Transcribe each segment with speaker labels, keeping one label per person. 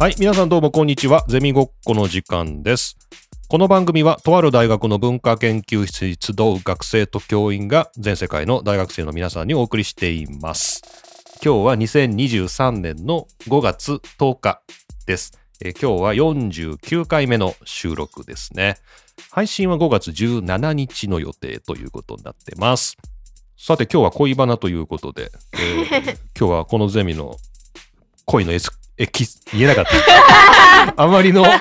Speaker 1: はい、皆さんどうもこんにちは。ゼミごっこの時間です。この番組はとある大学の文化研究室に集う学生と教員が全世界の大学生の皆さんにお送りしています。今日は2023年の5月10日です。えー今日は49回目の収録ですね。配信は5月17日の予定ということになってます。さて今日は恋バナということで、えー今日はこのゼミの恋のエスエキス言えなかった。 あまりの、あ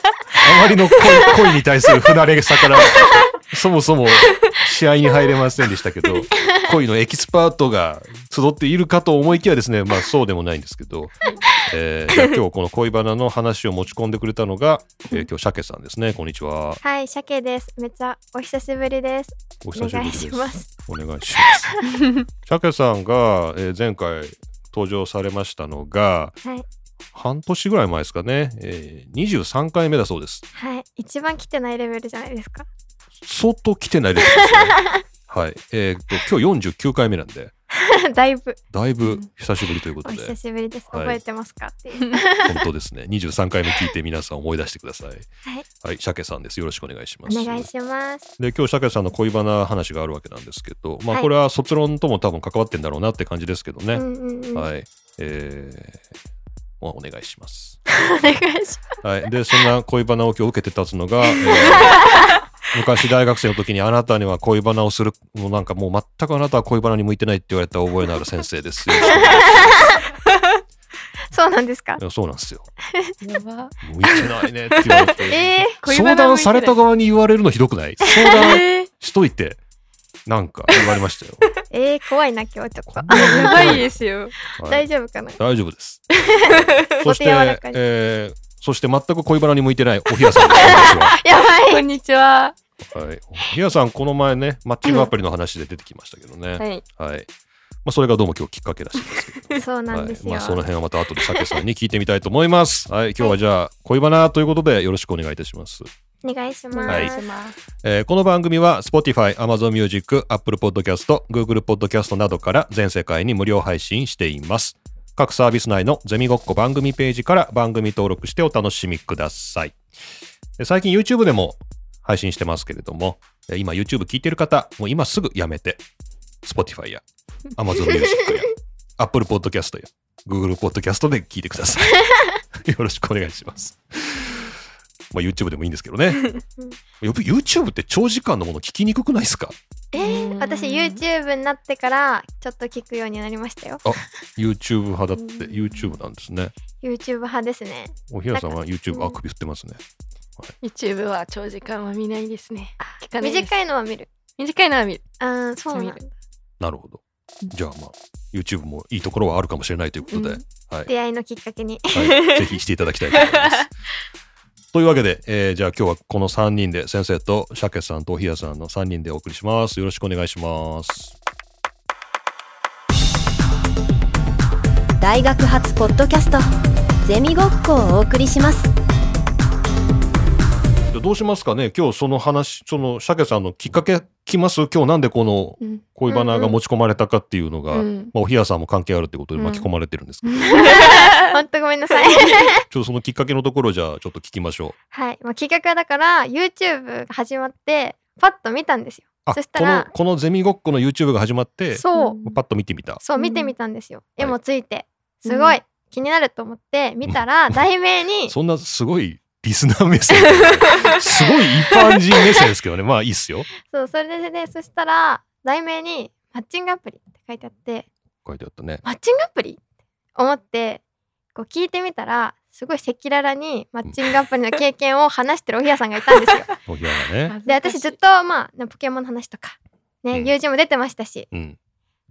Speaker 1: まりの恋恋に対する不慣れさから、そもそも試合に入れませんでしたけど、恋のエキスパートが集っているかと思いきやですね、まあそうでもないんですけど、えーじゃあ今日この恋バナの話を持ち込んでくれたのが、えー今日、鮭さんですね。こんにちは。
Speaker 2: はい、鮭です。めっちゃお久しぶりです。
Speaker 1: お
Speaker 2: お
Speaker 1: 久しぶ
Speaker 2: 願
Speaker 1: り
Speaker 2: い
Speaker 1: です
Speaker 2: し。ます。
Speaker 1: お願い します。鮭さんが、えー前回登場されましたのが、
Speaker 2: はい、
Speaker 1: 半年ぐらい前ですかね、えー、23回目だそうです。
Speaker 2: はい、一番来てないレベルじゃないで すか。
Speaker 1: 相当来てないです、ね。 はい。えーっと、今日49回目なんで、
Speaker 2: だいぶ
Speaker 1: だいぶ久しぶりというこ
Speaker 2: お
Speaker 1: とで、
Speaker 2: 久しぶりです。
Speaker 1: はい
Speaker 2: 覚えてますか、っていう。
Speaker 1: 本当ですね。23回目聞いて皆さん思い出してください。
Speaker 2: はい、
Speaker 1: はい。鮭さんです。よろしくお願いします。
Speaker 2: お願いします。
Speaker 1: で、今日鮭さんの恋バナ話があるわけなんですけど、まあ、
Speaker 2: はい
Speaker 1: これは卒論とも多分関わってんだろうなって感じですけど
Speaker 2: う
Speaker 1: ね。
Speaker 2: んうんうん、
Speaker 1: はい。えー、まあお願いします。
Speaker 2: お願いします。
Speaker 1: はい、でそんな恋バナを今日受けて立つのが、えー 昔大学生の時にあなたには恋バナをするもうなんかもう全くあなたは恋バナに向いてないって言われた覚えのある先生です よ
Speaker 2: そうなんですか
Speaker 1: い。やそうなんですよ
Speaker 3: やば。
Speaker 1: 向いてないねって言われて、
Speaker 2: え
Speaker 3: 恋バ
Speaker 1: 相
Speaker 3: ナ向
Speaker 1: 談
Speaker 3: いて
Speaker 1: さ
Speaker 3: な
Speaker 1: れ
Speaker 3: い
Speaker 1: た側に言われるのひどく ない相談しといてなんか言われました よ、
Speaker 2: ー、えー、怖いな、今日ちょっと。
Speaker 3: やばいですすよ。
Speaker 1: はい
Speaker 2: 大丈夫かな。
Speaker 1: 大丈夫 です。そ
Speaker 2: お
Speaker 1: し
Speaker 2: 手
Speaker 1: て
Speaker 2: 柔らか、に
Speaker 1: えーそして全く恋バナに向いてないおひやさんです私は
Speaker 2: やば
Speaker 3: こ
Speaker 2: い。
Speaker 3: んにちは。
Speaker 1: はい。ひやさん、この前ね、マッチングアプリの話で出てきましたけどね。
Speaker 3: はい。
Speaker 1: はい。まあ、それがどうも今日きっかけらしいですけど。
Speaker 2: そうなんですよ。
Speaker 1: はいまあ、その辺はまた後で鮭さんに聞いてみたいと思います。はい。今日はじゃあ、恋バナということでよろしくお願いいたします。
Speaker 2: お願いします。
Speaker 3: お
Speaker 1: は
Speaker 3: 願いします。
Speaker 1: えーこの番組は Spotify、Amazon Music、Apple Podcast、Google Podcast などから全世界に無料配信しています。各サービス内のゼミごっこ番組ページから番組登録してお楽しみください。えー最近 YouTube でも配信してますけれども、えー今 YouTube 聞いてる方、もう今すぐやめて、Spotify や Amazon Music や Apple Podcast や Google Podcast で聞いてください。よろしくお願いします。まあ YouTube でもいいんですけどね。やっぱ YouTube って長時間のもの聞きにくくないですか
Speaker 2: えー、私 YouTube になってからちょっと聞くようになりましたよ。
Speaker 1: ?YouTube 派だって
Speaker 3: うん
Speaker 1: YouTube なんですね。
Speaker 2: YouTube 派ですね。
Speaker 1: おひやさんは
Speaker 2: なんか
Speaker 1: YouTube
Speaker 2: うん
Speaker 1: あくび振ってますね。
Speaker 3: YouTube は長時間は見ないですね。聞かないです。
Speaker 2: 短いのは見る。
Speaker 3: 短いのは見る。
Speaker 2: ああ、そうなんだ
Speaker 3: 見る
Speaker 1: なるほど。
Speaker 3: うん
Speaker 1: じゃあまあ YouTube もいいところはあるかもしれないということで、
Speaker 3: うん
Speaker 1: はい、
Speaker 2: 出会いのきっかけに。
Speaker 1: はい、ぜひしていただきたいと思います。 というわけで、えーじゃあ今日はこの3人で先生と鮭さんとおひやさんの3人でお送りします。よろしくお願いします。
Speaker 4: 大学発ポッドキャストゼミごっこをお送りします
Speaker 1: じゃあどうしますかね今日その話、その鮭さんのきっかけ聞きます今日なんでこの
Speaker 3: うん。
Speaker 1: 恋バナが持ち込まれたかっていうのが、
Speaker 3: うん。
Speaker 1: まあ、おひやさんも関係あるってことで巻き込まれてるんですけど、
Speaker 2: ほんとごめんなさい。
Speaker 1: ちょっとそのきっかけのところをじゃあちょっと聞きましょう。
Speaker 2: はい。まあ、企画はだから YouTube が始まって、パッと見たんですよ。
Speaker 1: あ
Speaker 2: そしたら
Speaker 1: このこのゼミごっこの YouTube が始まって
Speaker 2: そう。
Speaker 1: パッと見てみた。
Speaker 2: そう、
Speaker 3: うん
Speaker 2: 見てみたんですよ。絵
Speaker 1: はい
Speaker 2: もついて。
Speaker 3: うん
Speaker 2: すごい。気になると思って、見たら、題名 に、
Speaker 1: そんなすごいリスナー目線すごい一般人目線ですけどねまあいいっすよ。
Speaker 2: そう、それで、ね、そしたら、題名に、マッチングアプリって書いてあって、
Speaker 1: 書いてあったね。
Speaker 2: マッチングアプリって思って、こう聞いてみたら、すごい赤裸々にマッチングアプリの経験を話してるおひやさんがいたんで すよ。
Speaker 1: おひやがね。
Speaker 2: で、私ずっと、まあ、ポケモンの話とか、ね、
Speaker 1: うん
Speaker 2: 友人も出てましたし、
Speaker 1: うん。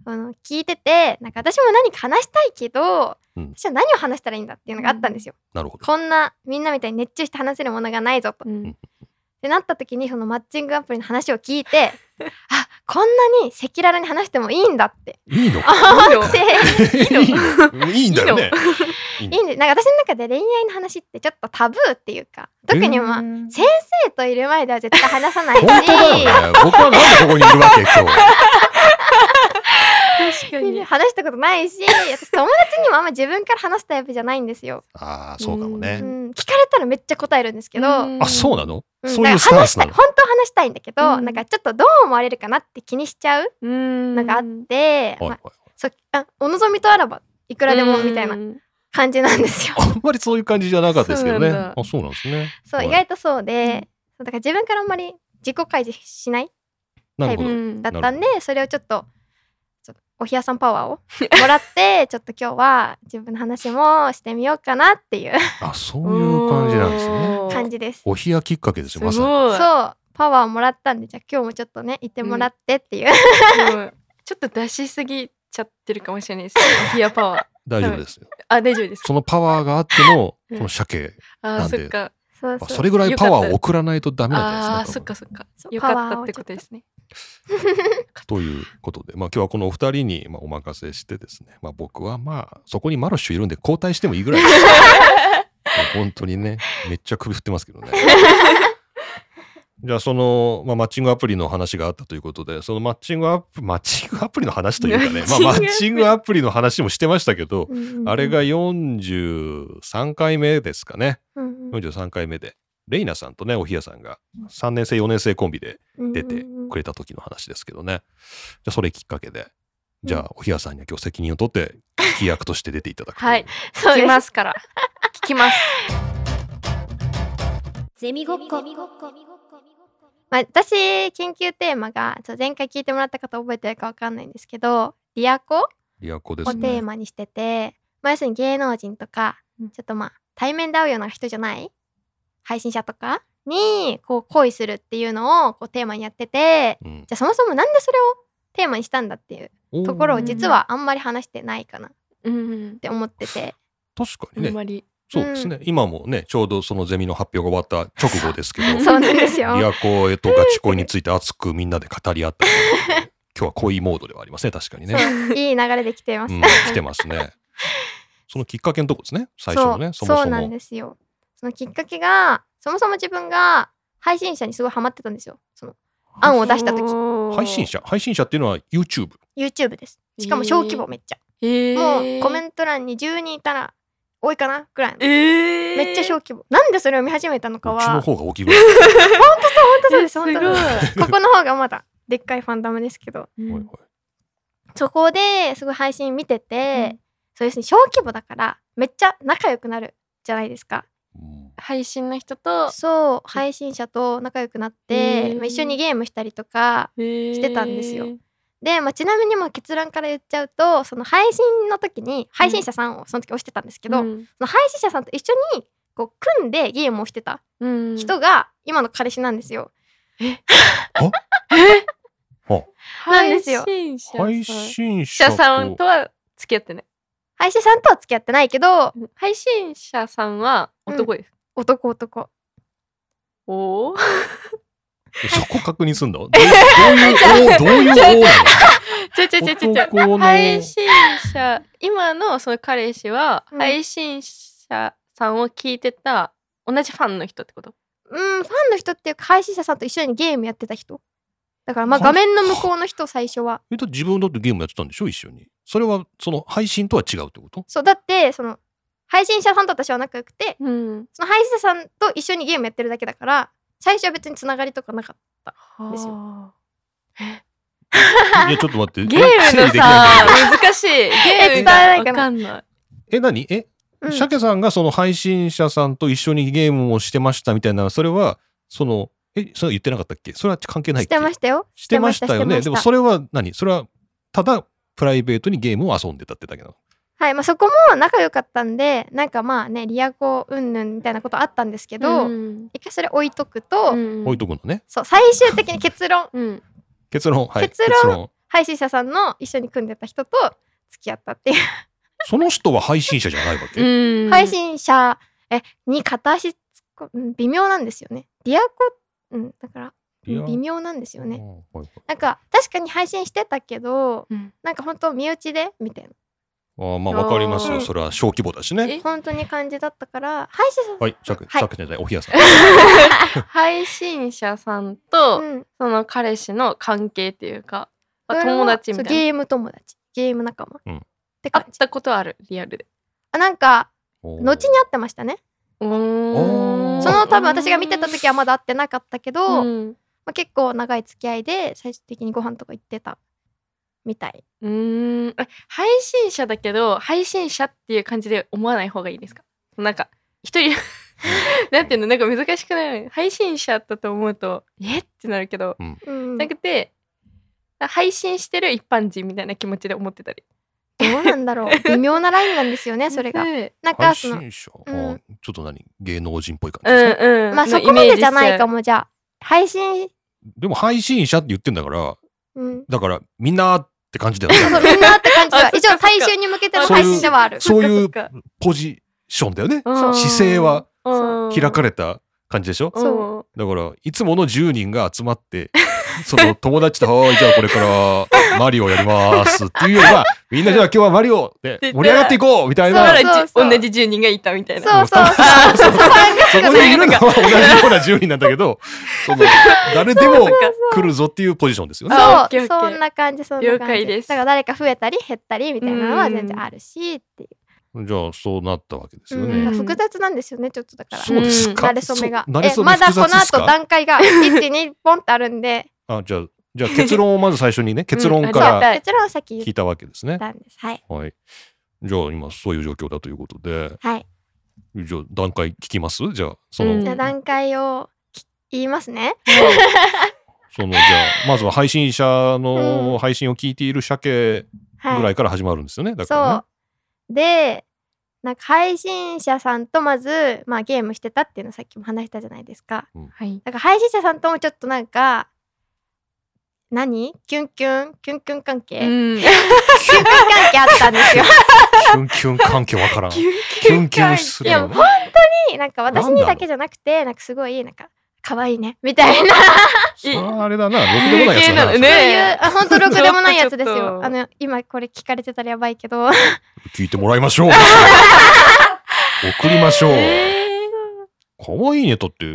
Speaker 2: あの聞いててなんか私も何か話したいけど、
Speaker 1: うん
Speaker 2: 私は何を話したらいいんだっていうのがあったんですよ。
Speaker 1: なるほど。
Speaker 2: こんなみんなみたいに熱中して話せるものがないぞと。っ
Speaker 3: うん。
Speaker 2: てなった時にそのマッチングアプリの話を聞い てあこんなに赤裸々に話してもいいんだって
Speaker 1: いいの
Speaker 2: 思 って
Speaker 1: いいのいいんだよね。
Speaker 2: いいんでなんか私の中で恋愛の話ってちょっとタブーっていうか特にまあ、先生といる前では絶対話さないし
Speaker 1: 本当だよね。僕はなんでここにいるわけ今日。
Speaker 3: 確か に。
Speaker 2: 話したことないし私友達にもあんま自分から話すタイプじゃないんですよ、
Speaker 1: ああ、そうかも
Speaker 2: う
Speaker 1: ね。
Speaker 2: ん、聞かれたらめっちゃ答えるんですけど、
Speaker 3: うん
Speaker 1: あ、そうなの
Speaker 2: うん
Speaker 1: そういうスタンスな
Speaker 2: だか
Speaker 1: の
Speaker 2: ら話したい本当は話したいんだけど、
Speaker 3: うん
Speaker 2: なんかちょっとどう思われるかなって気にしちゃう
Speaker 3: うん
Speaker 2: のがあって、
Speaker 1: はい
Speaker 2: ま
Speaker 1: は
Speaker 2: あ
Speaker 1: い、
Speaker 2: そうあお望みとあらばいくらでもみたいな感じなんですよ。
Speaker 1: あんまりそういう感じじゃなかったですけどね。
Speaker 3: そうなん
Speaker 1: あ、
Speaker 3: だ
Speaker 1: そうなんですね。
Speaker 2: そう
Speaker 1: はい
Speaker 2: 意外とそうで、そうだから自分からあんまり自己開示しない
Speaker 1: なるほ
Speaker 2: う
Speaker 1: ど。
Speaker 2: だったん
Speaker 1: な
Speaker 2: でそれをちょっとちょっとおひやさんパワーをもら ってちょっと今日は自分の話もしてみようかなっていう
Speaker 1: あ、そういう感じなんですね。
Speaker 2: 感。じです。
Speaker 1: お冷やきっかけです
Speaker 3: す
Speaker 1: よ、ま
Speaker 3: ごい。
Speaker 1: さに。
Speaker 2: そうパワーをもらったんでじゃあ今日もちょっとねいてもらってっていう、
Speaker 3: でもちょっと出しすぎちゃってるかもしれないです。ヒアパワー。
Speaker 1: 大丈夫ですよ。
Speaker 3: あ、大丈夫ですか。
Speaker 1: そのパワーがあって の、この鮭。な
Speaker 3: あ
Speaker 1: ん
Speaker 3: ー、
Speaker 1: で
Speaker 3: そっか。
Speaker 2: そう
Speaker 1: あ
Speaker 2: そう
Speaker 1: それぐらいパワーを送らないとダメなんじゃな
Speaker 3: あ
Speaker 1: いで
Speaker 3: あー、
Speaker 1: す
Speaker 3: そ
Speaker 1: か
Speaker 3: っ
Speaker 1: 多分
Speaker 3: かそっか。
Speaker 2: そう
Speaker 3: よ
Speaker 2: パ
Speaker 3: か
Speaker 2: ワ
Speaker 3: っ
Speaker 2: ー
Speaker 3: た
Speaker 2: を
Speaker 3: ってことですね。
Speaker 1: ということで、まあ今日はこのお二人にまあお任せしてですね、まあ僕はまあそこにマロッシュいるんで交代してもいいぐらい です。もう本当にね、めっちゃ首振ってますけどね。じゃあその、まあ、マッチングアプリの話があったということで、そのマッチングアプリ、マッチングアプリの話というかね、まあマ
Speaker 3: マッチングアプリ
Speaker 1: ッチングアプリの話もしてましたけど、
Speaker 2: うんうんうん
Speaker 1: あれが43回目ですかね。
Speaker 2: うんうん
Speaker 1: 43回目で、レイナさんとね、おひやさんが3年生、4年生コンビで出てくれた時の話ですけどね。じゃあそれきっかけで、じゃあおひやさんには今日責任を取って、飛躍として出ていただくとう。
Speaker 3: はい
Speaker 2: そう
Speaker 3: 聞
Speaker 2: で
Speaker 3: き
Speaker 2: す
Speaker 3: ますから。聞 きます。
Speaker 4: ゼミごっこ
Speaker 2: まあ、私研究テーマがちょっと前回聞いてもらった方覚えてるかわかんないんですけど「リアコ」を
Speaker 1: いや、こうで
Speaker 2: テ
Speaker 1: すね
Speaker 2: ー。マにしてて、まあ、要するに芸能人とか
Speaker 3: うん
Speaker 2: ちょっとまあ対面で会うような人じゃない配信者とかにこう恋するっていうのをこうテーマにやってて
Speaker 1: うん
Speaker 2: じゃあそもそもなんでそれをテーマにしたんだっていうところ
Speaker 1: お
Speaker 2: を
Speaker 1: ー
Speaker 2: 実はあんまり話してないかなっ
Speaker 3: うん。
Speaker 2: て思って て。
Speaker 1: 確か
Speaker 3: あ
Speaker 1: にね
Speaker 3: ん、まり。
Speaker 1: そうですね、今もねちょうどそのゼミの発表が終わった直後ですけど
Speaker 3: ん
Speaker 2: そうなん です
Speaker 1: リ
Speaker 2: よ。
Speaker 1: アコエとガチ恋について熱くみんなで語り合ったという ことで今日は恋モードではありますね確かにね、
Speaker 2: そういい流れで来てます
Speaker 1: う。ん、来てますねそのきっかけのとこですね最初のね
Speaker 2: そ
Speaker 1: そうも
Speaker 2: そう
Speaker 1: そ
Speaker 2: なん
Speaker 1: も
Speaker 2: ですよそのきっかけがそもそも自分が配信者にすごいハマってたんですよその案を出した時
Speaker 3: 時
Speaker 1: 配信。者配信者っていうのは YouTube
Speaker 2: YouTube ですしかも小規模めっちゃ、
Speaker 3: ええ。
Speaker 2: もうコメント欄に10人いたら多いかなくらいの、
Speaker 3: ええ。
Speaker 2: めっちゃ小規模なんでそれを見始めたのか
Speaker 1: うちの
Speaker 2: は本
Speaker 1: 方が大きいぐらい
Speaker 2: 当そうです本当
Speaker 3: え
Speaker 2: です
Speaker 3: す
Speaker 2: ここの方がまだでっかいファンダムですけど
Speaker 3: ご い
Speaker 1: おいおい
Speaker 2: そこですごい配信見てて、
Speaker 3: うん
Speaker 2: そうですね小規模だからめっちゃ仲良くなるじゃないですか
Speaker 1: うん
Speaker 3: 配信の人と
Speaker 2: そう配信者と仲良くなって、
Speaker 3: へー
Speaker 2: まあ一緒にゲームしたりとか
Speaker 3: して
Speaker 2: たんですよで、まあ、ちなみにもう結論から言っちゃうとその配信の時に配信者さんをその時押してたんですけ
Speaker 3: け
Speaker 2: ど、
Speaker 3: ど、
Speaker 2: その配信者さんと一緒にこう組んでゲームをしてた
Speaker 3: うん
Speaker 2: 人が今の彼氏なんですよ。 なんですよ
Speaker 3: 配信
Speaker 1: 配信者
Speaker 3: 者さん者
Speaker 1: と
Speaker 3: さんとは付き合ってない。
Speaker 2: 配信者さんとは付き合ってないけど
Speaker 3: 配信者さんは男です。
Speaker 2: 男男
Speaker 3: おお。
Speaker 1: そこ確認すん だどういうどういうどういう王
Speaker 3: ちょちょちょちょち
Speaker 1: なの
Speaker 3: ょ。
Speaker 1: 男の
Speaker 3: 配信者今のその彼氏は
Speaker 2: うん
Speaker 3: 配信者さんを聞いてた同じファンの人ってこと。
Speaker 2: うんファンの人っていうか配信者さんと一緒にゲームやってた人だからまあ画面の向こうの人最初は
Speaker 1: えっと自分だってゲームやってたんでしょ一緒にそれはその配信とは違うって こと
Speaker 2: そうだってその配信者さんと私は仲良くて
Speaker 3: うん。
Speaker 2: その配信者さんと一緒にゲームやってるだけだから最初は別につながりとかなかったです
Speaker 3: よ。
Speaker 1: いやちょっと待って
Speaker 3: ゲーム
Speaker 1: 整理
Speaker 3: の
Speaker 1: できない
Speaker 3: さ
Speaker 1: んだけど
Speaker 3: 難しい。ゲーム
Speaker 2: 伝わらないか
Speaker 3: がわ
Speaker 2: な
Speaker 3: かんない。
Speaker 1: え何え
Speaker 2: うん
Speaker 1: 鮭さんがその配信者さんと一緒にゲームをしてましたみたいなそれはそのえそれは言ってなかったっけそれは関係ないっ
Speaker 2: し
Speaker 1: け
Speaker 2: てましたよ
Speaker 1: してましたよね
Speaker 2: して
Speaker 1: で
Speaker 2: ま
Speaker 1: も
Speaker 2: した
Speaker 1: それは何それはただプライベートにゲームを遊んでたってだけなの
Speaker 2: はいまあ、そこも仲良かったんでなんかまあねリアコうんぬんみたいなことあったんですけど、
Speaker 3: うん
Speaker 2: 一回それ置いとくと、
Speaker 3: うん
Speaker 1: 置いとくのね
Speaker 2: そう最終的に結論
Speaker 3: うん。
Speaker 1: 結論はい
Speaker 2: 結論配信者さんの一緒に組んでた人と付き合ったっていう、
Speaker 1: その人は配信者じゃないわけ、
Speaker 3: うん
Speaker 2: 配信者えに片足突っ込むうん微妙なんですよねリアコうんだから
Speaker 1: いや
Speaker 2: 微妙なんですよね
Speaker 1: うんはいはい
Speaker 2: なんか確かに配信してたけど
Speaker 3: うん
Speaker 2: なんか本当身内でみたいな
Speaker 1: ああまあわかります
Speaker 2: う
Speaker 1: よ。
Speaker 2: ん
Speaker 1: それは小規模だしね。
Speaker 3: え
Speaker 2: 本当に感じだったから配信者
Speaker 1: はい、さっき、
Speaker 2: はい
Speaker 1: さっきじゃない、おひやさ ん。
Speaker 3: 配信者さんと、
Speaker 2: うん
Speaker 3: その彼氏の関係っていうか、あ
Speaker 2: それは
Speaker 3: 友達みた
Speaker 2: そう
Speaker 3: いな。
Speaker 2: ゲーム友達ゲーム仲間、
Speaker 1: うん
Speaker 2: って
Speaker 3: 会
Speaker 2: 感
Speaker 3: っ
Speaker 2: じ
Speaker 3: たことあるリアルで。
Speaker 2: あなんか
Speaker 1: おー
Speaker 2: 後に会ってましたね
Speaker 3: おー
Speaker 1: おー
Speaker 2: その多分私が見てた時はまだ会ってなかったけど、
Speaker 3: う
Speaker 2: ま
Speaker 3: ん
Speaker 2: あ、結構長い付き合いで最終的にご飯とか行ってたみたいう
Speaker 3: ーんえ配信者だけど配信者っていう感じで思わない方がいいですかなんか 一人なんていうのなんか難しくない配信者だと思うとえってなるけど
Speaker 2: うん
Speaker 3: なくて配信してる一般人みたいな気持ちで思ってたり
Speaker 2: どうなんだろう微妙なラインなんですよねそれが
Speaker 3: で
Speaker 2: なんか
Speaker 1: 配
Speaker 2: その
Speaker 1: 信者、あ
Speaker 2: うん
Speaker 1: ーちょっと何芸能人っぽい感
Speaker 3: う
Speaker 1: じですね。
Speaker 3: んうん
Speaker 2: まあそこまでじゃないかもじゃあ配信
Speaker 1: でも配信者って言ってんだから、
Speaker 2: うん
Speaker 1: だからみんなって感じだ
Speaker 2: そう
Speaker 1: よ ね。
Speaker 2: みんなって感じでは
Speaker 3: あそっ
Speaker 2: 一
Speaker 3: かそ
Speaker 2: 応
Speaker 3: っか
Speaker 2: 大衆に向けての配信ではある
Speaker 1: そういう
Speaker 3: そっか
Speaker 1: ポジションだよね。
Speaker 3: そっか
Speaker 1: 姿勢は
Speaker 3: うん
Speaker 1: 開かれた感じでしょ。
Speaker 3: うん
Speaker 1: だから、いつもの10人が集まって、 その友達と、はーい、じゃあこれからマリオやりますっていうよりは、みんなじゃあ今日はマリオ で盛り上がっていこうみたい
Speaker 3: だか
Speaker 1: な。
Speaker 3: ら
Speaker 1: そ
Speaker 2: そう
Speaker 3: じ
Speaker 2: そう
Speaker 3: 同じ10人がいたみたいな
Speaker 2: そうそうそうそこは
Speaker 1: こにいるのは同じような10人なんだけ ど、その誰でも来るぞっていうポジションですよね。
Speaker 3: あオッケー
Speaker 2: そ
Speaker 3: オ
Speaker 2: う、
Speaker 3: ッケー
Speaker 2: そんな感じ、そんな感じ。
Speaker 3: 了解です
Speaker 2: だから誰か増えたり減ったりみたいなのは全然あるしっていう。
Speaker 1: じゃあそうなったわけですよ
Speaker 2: うん
Speaker 1: ね。
Speaker 2: 複雑なんですよね、ちょっとだから。
Speaker 1: そうですか。
Speaker 2: なれそめが。
Speaker 1: そうなれ
Speaker 2: え、
Speaker 1: そめ
Speaker 2: まだ
Speaker 1: 複
Speaker 2: この
Speaker 1: 雑です
Speaker 2: 後
Speaker 1: か。
Speaker 2: 段階が1、2、ポンってあるんで、
Speaker 1: あ、じゃあ、じゃあ結論をまず最 初にね、結論か
Speaker 3: あ
Speaker 1: ら
Speaker 3: はい
Speaker 2: 結論をさっき
Speaker 1: 聞
Speaker 2: 言
Speaker 1: い
Speaker 2: った
Speaker 1: わけですね。
Speaker 2: たんです。はい。
Speaker 1: はい。じゃあ今そういう状況だということで、
Speaker 2: はい。
Speaker 1: じゃあ段階聞きますじゃあ、その
Speaker 3: う、ん
Speaker 2: じゃあ段階をき言いますね。
Speaker 1: そのじゃあまずは配信者の配信を聞いている鮭
Speaker 2: はい。
Speaker 1: ぐらいから始まるんですよね。だから、ね
Speaker 2: そう。で、なんか配信者さんとまず、まあ、ゲームしてたっていうのさっきも話したじゃないですか。
Speaker 3: はい
Speaker 2: なんか配信者さんともちょっとなんか何キュンキュンキュンキュン関係、キュン キュン関係あったんですよ。
Speaker 1: キュンキュン関係わからん。キュンキュンす
Speaker 2: い
Speaker 1: る
Speaker 2: や
Speaker 1: よね
Speaker 2: 本。当になんか私にだけじゃなくてなんかすごいなんか可愛いねみたいな
Speaker 1: それはあれだな、ろくでもないやつだな。
Speaker 3: 有形なの
Speaker 2: そう
Speaker 3: ね
Speaker 2: いうあ本当ろくでもないやつです
Speaker 3: ちょっ
Speaker 2: よ。
Speaker 3: と
Speaker 2: あの今これ聞かれてたらやばいけど
Speaker 1: 聞いてもらいましょう。送りましょう。
Speaker 3: え
Speaker 1: 可愛いねとって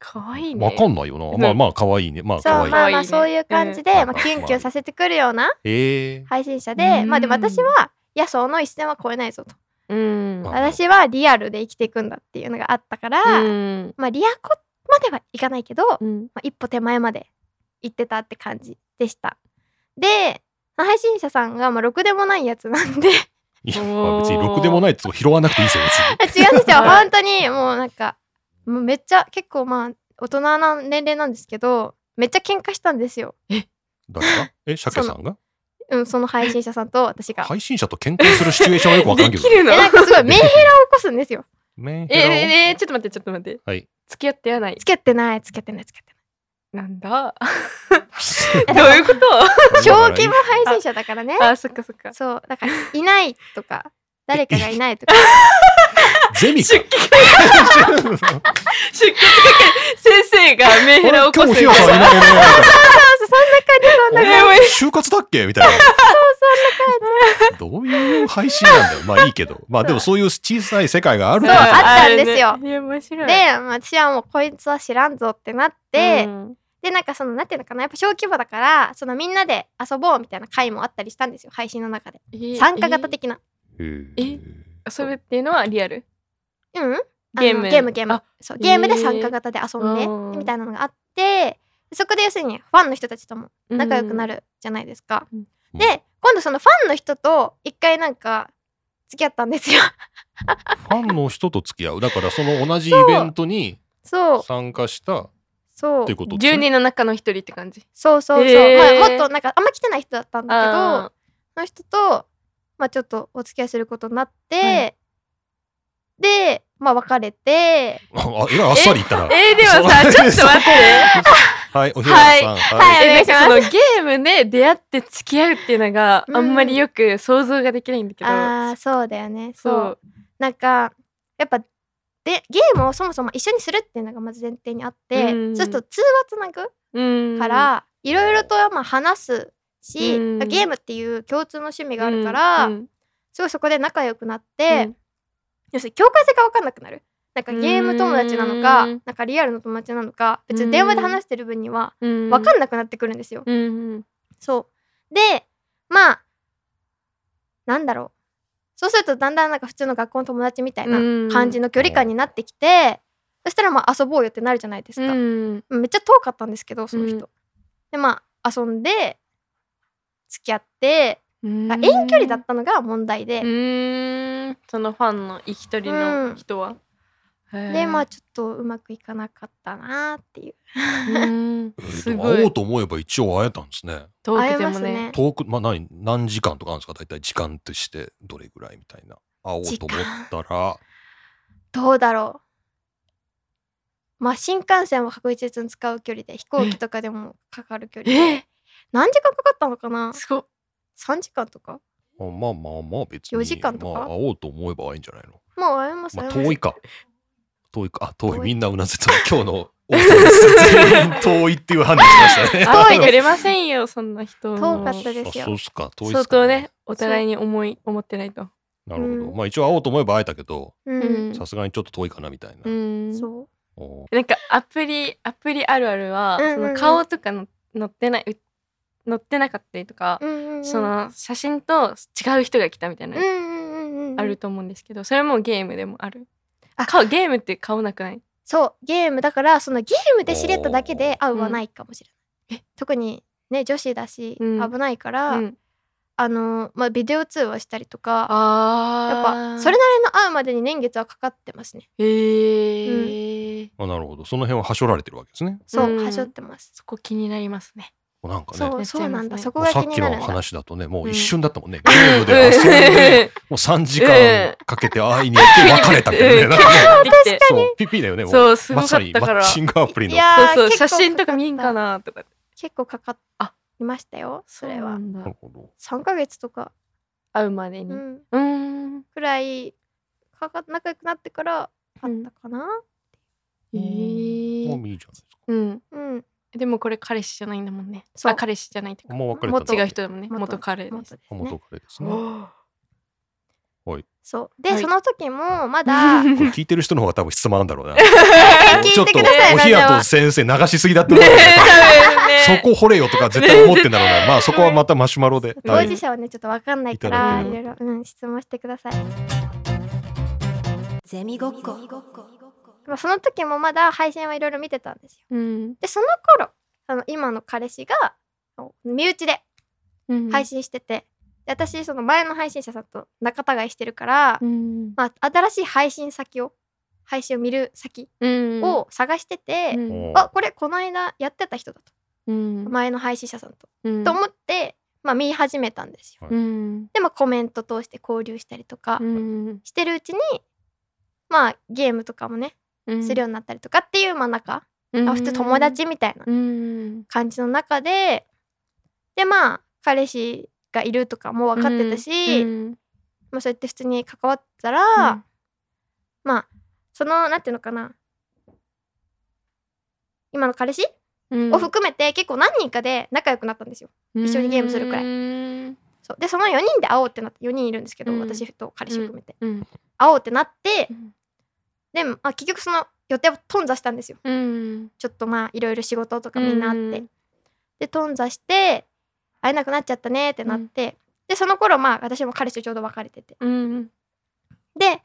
Speaker 3: かわいいね
Speaker 1: わかんないよな。
Speaker 3: うん
Speaker 1: まあまあ可愛いね。まあ可
Speaker 2: そう
Speaker 1: 愛い。
Speaker 2: まあ
Speaker 3: 可愛い
Speaker 2: まあ
Speaker 3: ね
Speaker 2: そういう感じ
Speaker 1: う
Speaker 2: で、
Speaker 1: ん
Speaker 2: まあ、キュンキュンさせてくるような
Speaker 1: ええ
Speaker 2: 配信者で、
Speaker 3: うん
Speaker 2: まあでも私は野草の一線は越えないぞと
Speaker 3: うん
Speaker 1: あ
Speaker 2: 私はリアルで生きていくんだっていうのがあったから、
Speaker 3: うん
Speaker 2: まあリアコまではいかないけど、
Speaker 3: うん
Speaker 2: まあ、一歩手前まで行ってたって感じでした。で配信者さんがまあろくでもないやつなんで 違
Speaker 1: いや、まあ別にろくでもないとこ拾わなくていいですよ、別に。
Speaker 2: うんですよ本当にもうなんかもうめっちゃ結構まあ大人な年齢なんですけどめっちゃ喧嘩したんですよ、
Speaker 1: 誰がえ、鮭さんが
Speaker 2: うん、その配信者さんと私が。
Speaker 1: 配信者と喧嘩するシチュエーションはよくわか
Speaker 3: で
Speaker 1: んない
Speaker 3: き
Speaker 1: けど。
Speaker 3: る
Speaker 2: え
Speaker 3: の
Speaker 2: なんかすごいメンヘラを起こすんですよ。
Speaker 1: メン
Speaker 3: え
Speaker 1: ヘラを
Speaker 3: えちょっと待ってちょっと待って
Speaker 1: はい。
Speaker 3: 付き合ってはない
Speaker 2: つけてないつけてないつけて
Speaker 3: なん だどういうこと
Speaker 2: ない。小規模配信者だからね。
Speaker 3: あそっかそっか
Speaker 2: そうだからいないとか誰かがいないとか
Speaker 1: ゼミか。
Speaker 3: 出 出血かけ先生がメンヘラを起
Speaker 1: 今
Speaker 3: こ
Speaker 1: 日も
Speaker 3: す
Speaker 1: ひよさん いないね。
Speaker 2: そんな感じそんな感じ
Speaker 1: 俺就活だっけみたいな。 どういう配信なんだよ。まあいいけど。まあでもそういう小さい世界があるん
Speaker 2: そう
Speaker 1: だ
Speaker 2: あったんですよ
Speaker 3: あるねいや面白い
Speaker 2: で、まあ、私はもうこいつは知らんぞってなって、
Speaker 3: うん
Speaker 2: でなんかそのなんていうのかなやっぱ小規模だからそのみんなで遊ぼうみたいな回もあったりしたんですよ配信の中で
Speaker 3: え
Speaker 2: 参加型的な、
Speaker 1: と
Speaker 3: え遊ぶっていうのはリアル
Speaker 2: うんあの
Speaker 3: ゲーム
Speaker 2: ゲームゲーム
Speaker 3: あ
Speaker 2: そうゲームで
Speaker 3: へえ
Speaker 2: 参加型で遊んで、
Speaker 3: うん
Speaker 2: みたいなのがあってそこで要するにファンの人たちとも仲良くな
Speaker 3: る
Speaker 2: るじゃないですか、
Speaker 3: うん
Speaker 2: で今度そのファンの人と一回なんか付き合ったんですよ
Speaker 1: ファンの人と付き合う。だからその同じイベントに
Speaker 2: そう
Speaker 1: 参加したっ
Speaker 2: そう
Speaker 1: ていうことです
Speaker 3: 10
Speaker 1: ね。
Speaker 3: 人の中の一人って感じ
Speaker 2: そうそうそう、
Speaker 3: へー
Speaker 2: まあ、もっとなんかあんま来てない人だったんだけど
Speaker 3: あ
Speaker 2: その人と、まあ、ちょっとお付き合いすることになって、
Speaker 3: は
Speaker 2: で、まあ、別れて、
Speaker 1: あ、えらいあっさり言った
Speaker 3: ー
Speaker 1: な。
Speaker 3: えーでもさち
Speaker 1: そう
Speaker 3: ょっと待って
Speaker 1: はい、おひよさん。はい。
Speaker 2: はい
Speaker 3: え
Speaker 2: お願
Speaker 3: ないん
Speaker 2: し
Speaker 3: か
Speaker 2: ます
Speaker 3: そのゲームで出会って付き合うっていうのが
Speaker 2: うん
Speaker 3: あんまりよく想像ができないんだけど、
Speaker 2: ああそうだよねそう
Speaker 3: そう
Speaker 2: なんかやっぱでゲームをそもそも一緒にするっていうのがまず前提にあって、
Speaker 3: うん
Speaker 2: そうすると通話つなぐ
Speaker 3: うん
Speaker 2: からいろいろとまあ話すし、
Speaker 3: うん
Speaker 2: ゲームっていう共通の趣味
Speaker 3: うん
Speaker 2: があるから、
Speaker 3: うん
Speaker 2: すごいそこで仲良くなっ
Speaker 3: で、
Speaker 2: て、要するに境界線が分かんなくなるなんかゲーム友達なのか
Speaker 3: うん
Speaker 2: なんかリアルの友達なのか別に電話で話してる分には
Speaker 3: うん
Speaker 2: 分かんなくなってくるんですよ、
Speaker 3: うん
Speaker 2: そうでまあなんだろうそうするとだんだんなんか普通の学校の友達みたいな
Speaker 3: うん
Speaker 2: 感じの距離感になってきて、そしたらまあ遊ぼうよってなるじゃないですか、
Speaker 3: うん
Speaker 2: めっちゃ遠かったんですけどその人、
Speaker 3: うん
Speaker 2: でまあ遊んで付き合って、
Speaker 3: うん
Speaker 2: 遠距離だったのが問題で
Speaker 3: う、ーんそのファンの行き取りの人は、
Speaker 2: でまあ
Speaker 3: ち
Speaker 2: ちょっとうまくいかなかったなっていう
Speaker 3: す
Speaker 1: でも
Speaker 3: ご
Speaker 1: 会おう
Speaker 3: い
Speaker 1: と思えば一応会えたんですね。
Speaker 3: 遠
Speaker 2: 会え
Speaker 3: くで
Speaker 2: ま
Speaker 3: も
Speaker 2: す
Speaker 3: ね
Speaker 2: ね
Speaker 1: 遠く、まあ、何、何時間とかあるんですか、大体時間として、どれぐらいみたいな。会おうと思ったら。
Speaker 2: どうだろうまあ新幹線は確実に使う距離で飛行機とかでもかかる距離で
Speaker 3: え
Speaker 2: 何時間かかったのかな
Speaker 3: すごっ
Speaker 2: 3時間とか
Speaker 1: あまあまあまあ、別に。
Speaker 2: 四時間とか
Speaker 1: まあ、会おうと思えば会えんじゃないの。
Speaker 2: もう会えます
Speaker 1: まあ、
Speaker 2: 会えます
Speaker 1: 遠いか。遠いか。あ、遠い。
Speaker 2: 遠い
Speaker 1: みんなうなずいた。今日の大阪です。全員遠いっていう判断しましたね。
Speaker 3: 会っ
Speaker 2: 遠
Speaker 3: て
Speaker 2: い
Speaker 3: く
Speaker 2: で
Speaker 3: れませんよそんな人
Speaker 2: 遠か
Speaker 3: の
Speaker 2: ったですよ
Speaker 1: あそうっすか。遠いっすか
Speaker 3: 相当ね。お互いに思い思ってないと
Speaker 1: なるほど。
Speaker 2: うん
Speaker 1: まあ、一応会おうと思えば会えたけど、
Speaker 2: うん、
Speaker 1: さすがにちょっと遠いかなみたいな。
Speaker 3: ん
Speaker 2: そう
Speaker 1: おー
Speaker 3: なんかアプリアプリあるあるは、
Speaker 2: うんうんうん
Speaker 3: その顔とかの載ってないう載ってなかったりとか、
Speaker 2: うんうんうん
Speaker 3: その写真と違う人が来たみたいな
Speaker 2: うんうんうんうん
Speaker 3: あると思うんですけど、それもゲームでもある。
Speaker 2: あ
Speaker 3: 顔ゲームって顔なくない？
Speaker 2: そうゲームだからそのゲームで知り合っただけで会うはないかもしれない、
Speaker 3: うん
Speaker 2: 特にね女子だし、
Speaker 3: うん
Speaker 2: 危ないから、
Speaker 3: うん、
Speaker 2: あのまあビデオ通話したりとか
Speaker 3: あ
Speaker 2: やっぱそれなりの会うまでに年月はかかってますね
Speaker 3: へー
Speaker 1: あなるほど。その辺ははしょられてるわけですね。
Speaker 2: そう、
Speaker 3: うん
Speaker 2: はしょってます
Speaker 3: そこ気になりますね。
Speaker 1: なんかね
Speaker 2: そ。う、
Speaker 3: ね
Speaker 2: そうなんだ。
Speaker 3: やっちゃ
Speaker 2: そ
Speaker 3: いますね
Speaker 2: こ
Speaker 1: もう
Speaker 2: が
Speaker 1: さ
Speaker 2: 気
Speaker 1: っ
Speaker 2: に
Speaker 1: き
Speaker 2: な
Speaker 1: の
Speaker 2: るんだ。
Speaker 1: 話だとね、もう
Speaker 3: うん
Speaker 1: 一瞬だったもんね。ゲームで遊ん で、もう3時間かけて会いに行って別れたみたいなね。
Speaker 3: うん
Speaker 1: なんかね
Speaker 3: うんできて
Speaker 1: そう、ピピだよね。も
Speaker 3: そうすご
Speaker 1: ま
Speaker 3: か
Speaker 1: さ
Speaker 3: っ
Speaker 1: に
Speaker 3: た
Speaker 1: マ
Speaker 3: から。
Speaker 1: ッ
Speaker 3: そ
Speaker 1: チングアプリの。
Speaker 2: いやー
Speaker 3: うそう
Speaker 2: 結構
Speaker 3: 写真とか見んかなとか。
Speaker 2: 結構かかっ
Speaker 3: あ
Speaker 2: いましたよ。それは
Speaker 3: うなんだ
Speaker 1: なるほど。
Speaker 2: 三ヶ月とか、
Speaker 3: 会うまでに。
Speaker 2: う、
Speaker 3: うんーん。
Speaker 2: くらいかか仲良くなってからあ
Speaker 3: う
Speaker 2: っ
Speaker 3: ん
Speaker 2: たかな。
Speaker 3: え
Speaker 1: も
Speaker 3: ー
Speaker 1: ういいじゃないですか。
Speaker 3: うん。
Speaker 2: うん、
Speaker 3: でもこれ彼氏じゃないんだもんね。
Speaker 2: そう
Speaker 3: あ彼氏じゃないっていうか。
Speaker 1: もう別れ
Speaker 3: も
Speaker 1: た
Speaker 3: う違う人だもんね。
Speaker 2: 元
Speaker 3: 元彼です
Speaker 2: 元。です
Speaker 1: あ
Speaker 2: ね。
Speaker 1: 元彼ですね。こ
Speaker 2: そう。で、
Speaker 3: はい
Speaker 2: その時も まだ
Speaker 1: れ聞いてる人の方が多分質問あるんだろうな。
Speaker 2: 聞い
Speaker 1: ちょってと
Speaker 2: ください
Speaker 1: お
Speaker 2: ラ
Speaker 1: ひ
Speaker 2: ジオ
Speaker 1: や
Speaker 2: は
Speaker 1: と先生流しすぎだって
Speaker 3: ね
Speaker 1: 思うよね
Speaker 3: え
Speaker 1: そこ掘れよとか絶対思ってんだろうな。まあそこはまたマシュマロで。
Speaker 2: 当
Speaker 1: は
Speaker 2: 事
Speaker 1: い
Speaker 2: 者はねちょっとわかんないか
Speaker 1: いただ
Speaker 2: ら
Speaker 1: け
Speaker 2: い
Speaker 1: る
Speaker 2: ろいろうん質問してください。
Speaker 4: ゼミごっこ
Speaker 2: まあその時もまだ配信はいろいろ見てたんですよ。
Speaker 3: うん。
Speaker 2: でその頃あの今の彼氏があの身内で
Speaker 3: うん
Speaker 2: 配。信してて、で私その前の配信者さんと仲違いしてるから、
Speaker 3: うん。
Speaker 2: まあ、新しい配信先を配信を見る先
Speaker 3: うん。
Speaker 2: を探してて、
Speaker 3: うん
Speaker 2: あこれこの間やってた人だと、
Speaker 3: うん。
Speaker 2: 前の配信者さんと、
Speaker 3: うん
Speaker 2: と思って、まあ、見始めたんですよ
Speaker 3: うん。
Speaker 2: で、まあ、コメント通して交流したりとか
Speaker 3: うん
Speaker 2: してるうちに、まあゲームとかもね
Speaker 3: うん
Speaker 2: するようになったりとかっていうまあ仲、
Speaker 3: うん
Speaker 2: あ普通友達みたいな
Speaker 3: うん。
Speaker 2: 感じの中ででまあ彼氏がいるとかも分かってたし、
Speaker 3: うん
Speaker 2: まあ、そうやって普通に関わってたら、
Speaker 3: うん
Speaker 2: まあそのなんていうのかな今の彼氏、
Speaker 3: うん
Speaker 2: を含めて結構何人かで仲良くなったんですよ。一緒にゲームするくらい
Speaker 3: うん
Speaker 2: そうでその4人で会おうってなって4人いるんですけど、
Speaker 3: うん
Speaker 2: 私と彼氏を含めて、
Speaker 3: うん
Speaker 2: 会おうってなってで、まあ、結局その予定を頓挫したんですよ。
Speaker 3: うん
Speaker 2: ちょっとまあいろいろ仕事とかみんなあって、
Speaker 3: うん
Speaker 2: で頓挫して会えなくなっちゃったねってなって、でその頃まあ私も彼氏とちょうど別れてて
Speaker 3: うん
Speaker 2: で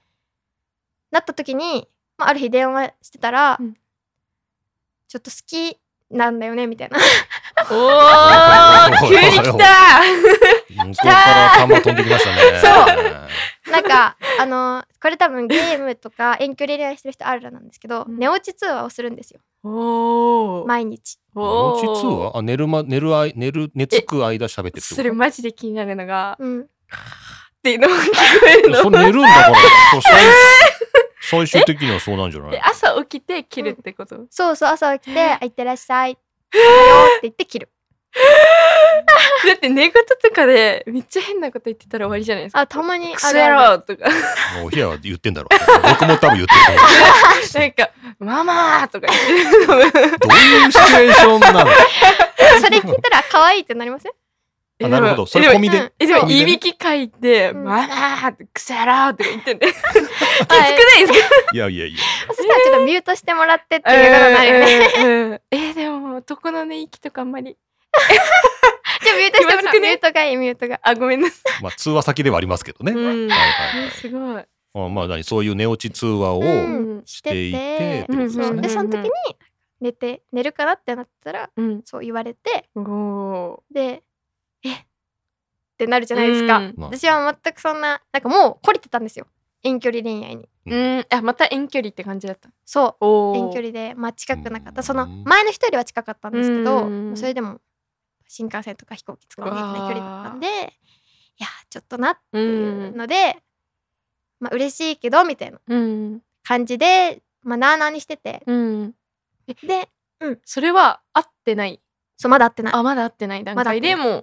Speaker 2: なった時に、まあ、ある日電話してたら、
Speaker 3: うん
Speaker 2: ちょっと好きなんだよねみたいな
Speaker 3: お
Speaker 1: お
Speaker 3: ー
Speaker 1: い
Speaker 3: 急に来た
Speaker 1: 向こうから看板飛んできましたね。
Speaker 2: なんかあのこれ多分ゲームとか遠距離恋愛してる人あるらなんですけど、
Speaker 3: うん
Speaker 2: 寝落ち通話をするんですよ
Speaker 3: おー
Speaker 2: 毎日
Speaker 3: おー
Speaker 1: 実はあ寝るま寝るあい寝る寝つく間喋ってるって
Speaker 3: それマジで気になるのが
Speaker 2: うん
Speaker 3: っていうのが聞こえる
Speaker 1: こと。 そ
Speaker 3: の
Speaker 1: れ寝るんだから。そう 最最終的にはそうなんじゃな
Speaker 3: で
Speaker 1: い。
Speaker 3: 朝起きて切るってこと
Speaker 2: そうそう朝起きて「あ行ってらっしゃい」おはようって言って切る
Speaker 3: だって寝言とかでめっちゃ変なこと言ってたら終わりじゃないですか
Speaker 2: あたまに
Speaker 3: ク
Speaker 2: あ
Speaker 3: ソ
Speaker 2: るあ
Speaker 3: 野
Speaker 2: る
Speaker 3: 郎とか
Speaker 1: おひやは言ってんだろうね。僕も多分言ってると思
Speaker 3: なんかママーとか言ってる
Speaker 1: う。どういうシチュエーションなの。
Speaker 2: それ聞いたら可愛いってなりません
Speaker 1: あなるほど。それ
Speaker 3: も
Speaker 1: 込みで。
Speaker 2: うん
Speaker 3: えでも
Speaker 1: 込みで
Speaker 3: い
Speaker 1: ね
Speaker 3: びきかいて「
Speaker 2: うん
Speaker 3: まあ」って「くせら」とか言ってん できつく
Speaker 2: は
Speaker 3: ない
Speaker 2: い
Speaker 3: ですか
Speaker 1: いやいやいや。
Speaker 2: そしたらちょっとミュートしてもらってっていうことになるよね。
Speaker 3: うんうんえでも男のね息とかあんまり
Speaker 2: じゃあミュートしてもら
Speaker 3: 気まず
Speaker 2: って、ミ
Speaker 3: くね
Speaker 2: ュートがいい、ミュートが。
Speaker 3: あごめんなさ
Speaker 1: まあ通話先ではありますけどね。
Speaker 3: い、うん
Speaker 1: はいはいはい
Speaker 3: えすごい
Speaker 1: あまあ何そういう寝落ち通話を、
Speaker 2: うん
Speaker 3: うん
Speaker 2: し
Speaker 1: して
Speaker 2: て
Speaker 1: いてって
Speaker 2: て
Speaker 1: こと
Speaker 3: ですね
Speaker 2: そうでその時に
Speaker 3: うん
Speaker 2: 寝て寝るかなってなったら
Speaker 3: うん
Speaker 2: そう言われて
Speaker 3: おー
Speaker 2: でえってなるじゃないですか、
Speaker 3: うん
Speaker 1: まあ
Speaker 2: 私は全くそんななんかもう懲りてたんですよ遠距離恋愛に
Speaker 3: うんあまた遠距離って感じだった
Speaker 2: そ
Speaker 3: お
Speaker 2: う
Speaker 3: ー
Speaker 2: 遠距離でまあ近くなかっ
Speaker 1: う
Speaker 2: た
Speaker 1: ん
Speaker 2: その前の人よりは近かったんですけど、
Speaker 3: うん
Speaker 2: もうそれでも新幹線とか飛行機使わなきゃいけない距離だったんでいやちょっとなっていうので、まあ嬉しいけどみたいな
Speaker 3: うん
Speaker 2: 感じでまあなあなあにしてて
Speaker 3: うん
Speaker 2: で
Speaker 3: それは会ってない
Speaker 2: そうまだ会ってない
Speaker 3: あまだ会ってない段
Speaker 2: まだ会
Speaker 3: 階
Speaker 2: ってない
Speaker 3: でもう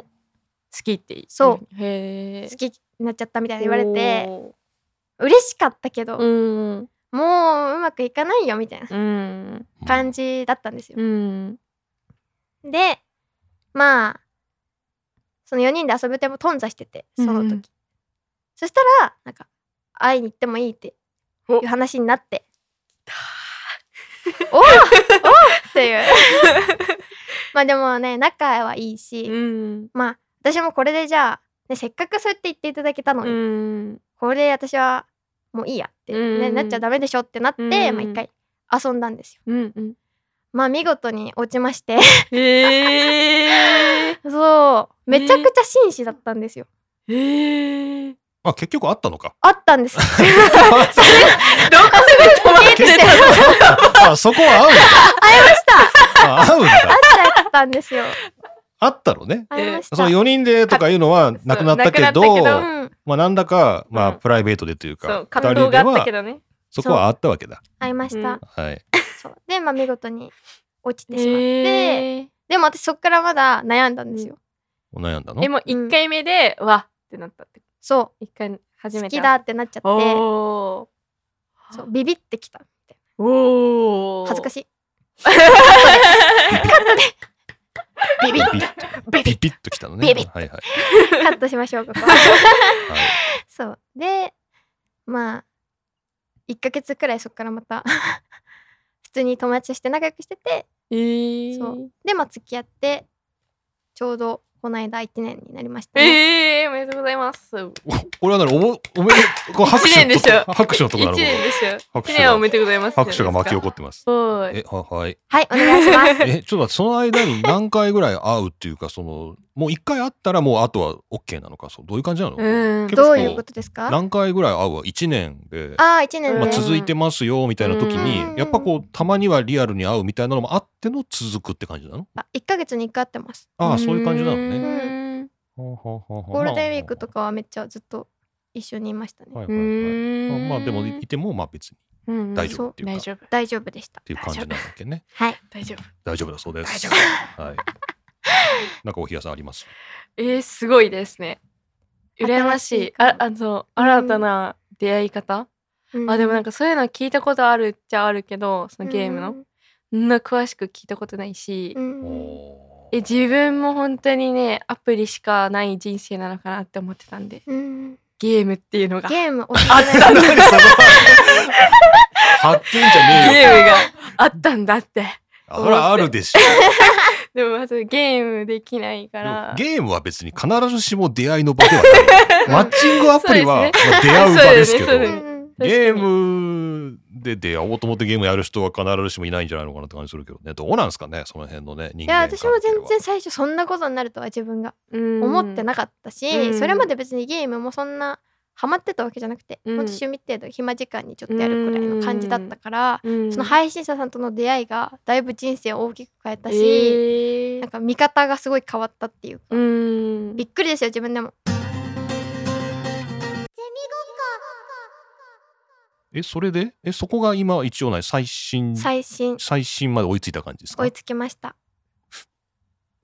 Speaker 3: 好きって
Speaker 2: そう
Speaker 3: へえ
Speaker 2: 好きになっちゃったみたいな言われて
Speaker 3: お
Speaker 2: 嬉しかったけど、
Speaker 3: ーうん
Speaker 2: もううまくいかないよみたいな
Speaker 3: うん
Speaker 2: 感じだったんですよ。
Speaker 3: うん
Speaker 2: でまあその4人で遊ぶ手も頓挫しててその時、
Speaker 3: うん
Speaker 2: そしたらなんか会いに行ってもいいってい
Speaker 3: お
Speaker 2: う話になっておおおって いうまあでもね仲はいいし、
Speaker 3: うん
Speaker 2: まあ私もこれでじゃあ、ね、せっかくそうやって言っていただけたのに、
Speaker 3: うん
Speaker 2: これで私はもういいやって、ね
Speaker 3: うん
Speaker 2: なっちゃダメでしょってなって、
Speaker 3: うん
Speaker 2: まあ一回遊んだんですよ。
Speaker 3: うんうん
Speaker 2: まあ見事に落ちまして
Speaker 3: えー
Speaker 2: そうめちゃくちゃ紳士だったんですよ。
Speaker 3: えー
Speaker 1: あ結局あったの か。
Speaker 2: あったんですよ。
Speaker 3: どこで止まってたの
Speaker 1: あそこは合うんだ。
Speaker 2: 会いました
Speaker 1: あ合うんだ。
Speaker 2: 会ったんですよ。
Speaker 1: あったのね。
Speaker 2: 会いました。
Speaker 1: その4人でとかいうのはなくなったけど、
Speaker 3: そうなくなったけど
Speaker 2: うん、
Speaker 1: まあなんだか、まあ
Speaker 3: うん
Speaker 1: プライベートでという
Speaker 3: そ
Speaker 1: か
Speaker 3: う、葛藤
Speaker 1: で
Speaker 3: があったけ
Speaker 1: は、
Speaker 3: どね
Speaker 1: そこはあったわけだ。
Speaker 2: 会いました。
Speaker 3: うん
Speaker 1: はい。
Speaker 2: そうで、まあ見事に落ちてしまって、
Speaker 3: えー
Speaker 2: でも私そっからまだ悩んだんですよ。
Speaker 1: 悩んだの
Speaker 3: えもう
Speaker 2: うん
Speaker 3: 1回目で、わってなったって
Speaker 2: そ
Speaker 3: 一回
Speaker 2: う、
Speaker 3: 初
Speaker 2: 好
Speaker 3: めて
Speaker 2: きだってなっちゃって、
Speaker 3: おー
Speaker 2: そうビビってきた。
Speaker 3: お
Speaker 2: 恥ずか
Speaker 3: しい
Speaker 2: し
Speaker 1: ビ
Speaker 2: い。
Speaker 1: ビッビビッときたのね。
Speaker 2: ビビッ
Speaker 1: はいはい。
Speaker 2: カットしましょうここ。
Speaker 1: はい
Speaker 2: そうでまあ1ヶ月くらいそっからまた 普通に友達として仲良くしてて
Speaker 3: えー、
Speaker 2: そうでまあ付き合ってちょうどこの間1年になりましたね、
Speaker 3: えー、おめでとうございます
Speaker 1: これはなにおもおめでこう拍手
Speaker 3: 一年でしょ
Speaker 1: 拍手のとこなの
Speaker 3: 一年ですよ
Speaker 1: 拍手が
Speaker 3: 一年はおめでとうございます
Speaker 1: 拍手が巻き起
Speaker 3: こ
Speaker 1: こってます。
Speaker 3: そう
Speaker 1: えははい。
Speaker 2: はいお願いします
Speaker 1: えちょっと待 ってその間に何回ぐらい会うっていうかそのもう一回会ったらもうあとは OK なのかそうどういう感じなの、
Speaker 3: うん
Speaker 1: 結構
Speaker 2: どういうことですか
Speaker 1: 何回ぐらい会うは1年で、
Speaker 2: ああ1年で、
Speaker 1: まあ、
Speaker 3: うん
Speaker 1: 続いてますよみたいな時に、
Speaker 2: うん
Speaker 1: やっぱこうたまにはリアルに会うみたいなのもあっての続くって感じなの
Speaker 2: あ1ヶ月に1回会ってます
Speaker 1: ああそういう感じなのね。
Speaker 3: ね
Speaker 1: ゴ
Speaker 2: ゴー
Speaker 1: ー
Speaker 2: ルデンウィークとかはめっちゃずっと一緒にいましたね、
Speaker 1: はいは
Speaker 3: う
Speaker 1: いはい
Speaker 3: ん
Speaker 1: まあ、まあでもいてもまあ別に
Speaker 3: うん
Speaker 1: 大丈夫っていうか
Speaker 3: 大
Speaker 1: っ
Speaker 3: 丈夫
Speaker 2: 大丈夫でした
Speaker 1: ていう感じなんだっけね
Speaker 2: はい
Speaker 3: 大丈夫
Speaker 1: 大丈夫だそうです。
Speaker 3: 大丈
Speaker 1: はい、なんかおひやさんあります
Speaker 3: えー、すごいですね羨ましい
Speaker 2: 新しい
Speaker 3: ああの新たな出会い方、あでもなん
Speaker 2: か
Speaker 3: かそういうの聞いたことあるっちゃあるけどそのゲームの、そんな詳しく聞いたことないし、
Speaker 2: うんうん
Speaker 1: おー
Speaker 3: え自分も本当にねアプリしかない人生なのかなって思ってたんで
Speaker 2: うん
Speaker 3: ゲームっていうのがゲ
Speaker 2: ゲームおすすめです
Speaker 1: なんかその発見じゃねえよ。
Speaker 3: ームがあったんだって
Speaker 1: あらあるでしょ。
Speaker 3: でもまずゲームできないから
Speaker 1: ゲームは別に必ずしも出会いの場では ない。マッチングアプリは、まあ出会う場ですけど
Speaker 3: そうだ
Speaker 2: う
Speaker 3: よね
Speaker 2: んうん
Speaker 3: 確かに
Speaker 1: ゲームで出会おうと思ってゲームやる人は必ずしもいないんじゃないのかなって感じするけどね。どうなんですかね、その辺のね、人
Speaker 2: いや
Speaker 1: 間関
Speaker 2: 私
Speaker 1: 係
Speaker 2: も
Speaker 1: は。
Speaker 2: 全然最初そんなことになるとは自分が
Speaker 3: うん
Speaker 2: 思ってなかったし、
Speaker 3: うん
Speaker 2: それまで別にゲームもそんなハマってたわけじゃなくて、
Speaker 3: うん
Speaker 2: ほんと趣味程度暇時間にちょっとやるくらいの感じだったから、
Speaker 3: うん
Speaker 2: その配信者さんとの出会いがだいぶ人生を大きく変えたし、
Speaker 3: えー
Speaker 2: なんか見方がすごい変わったっていうか、
Speaker 3: うん
Speaker 2: びっくりですよ自分でも。
Speaker 1: え、それでえ、そこが今一応ない最新、
Speaker 2: 最新
Speaker 1: 最新まで追いついた感じですか
Speaker 2: 追いつきました。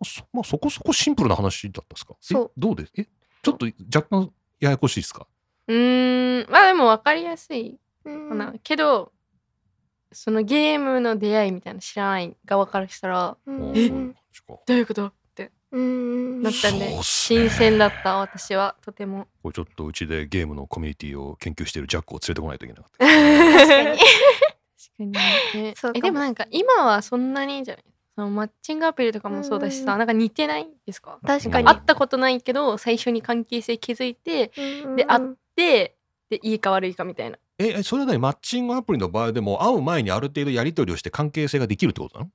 Speaker 1: そ,、まあ、そこそこシンプルな話だったですかえ
Speaker 2: そう
Speaker 1: どうですえ、ちょっと若干ややこしいですか
Speaker 3: うんまあでも分かりやすい
Speaker 2: うん
Speaker 3: かな、けどそのゲームの出会いみたいなの知らないが分からしたら
Speaker 2: う
Speaker 1: あー
Speaker 2: ん
Speaker 1: そういう感じか
Speaker 3: どういうことって
Speaker 2: ううん
Speaker 3: なったんで、
Speaker 1: そうっすね
Speaker 3: 新鮮だった私はとて も
Speaker 1: これちょっとうちでゲームのコミュニティを研究しているジャックを連れてこないといけなかった。
Speaker 3: 確
Speaker 2: 確かに
Speaker 3: にね
Speaker 2: そうかも
Speaker 3: えでもなんか今はそんなにいいんじゃないそのマッチングアプリとかもそうだしさ、
Speaker 2: うん
Speaker 3: なんか似てないですか
Speaker 2: 確かに
Speaker 3: 会ったことないけど最初に関係性気づいてであ
Speaker 2: うん
Speaker 3: ででいいか悪いかみたいな
Speaker 1: え、えそれは何マッチングアプリの場合でも会う前にある程度やり取りをして関係性ができるってことなの、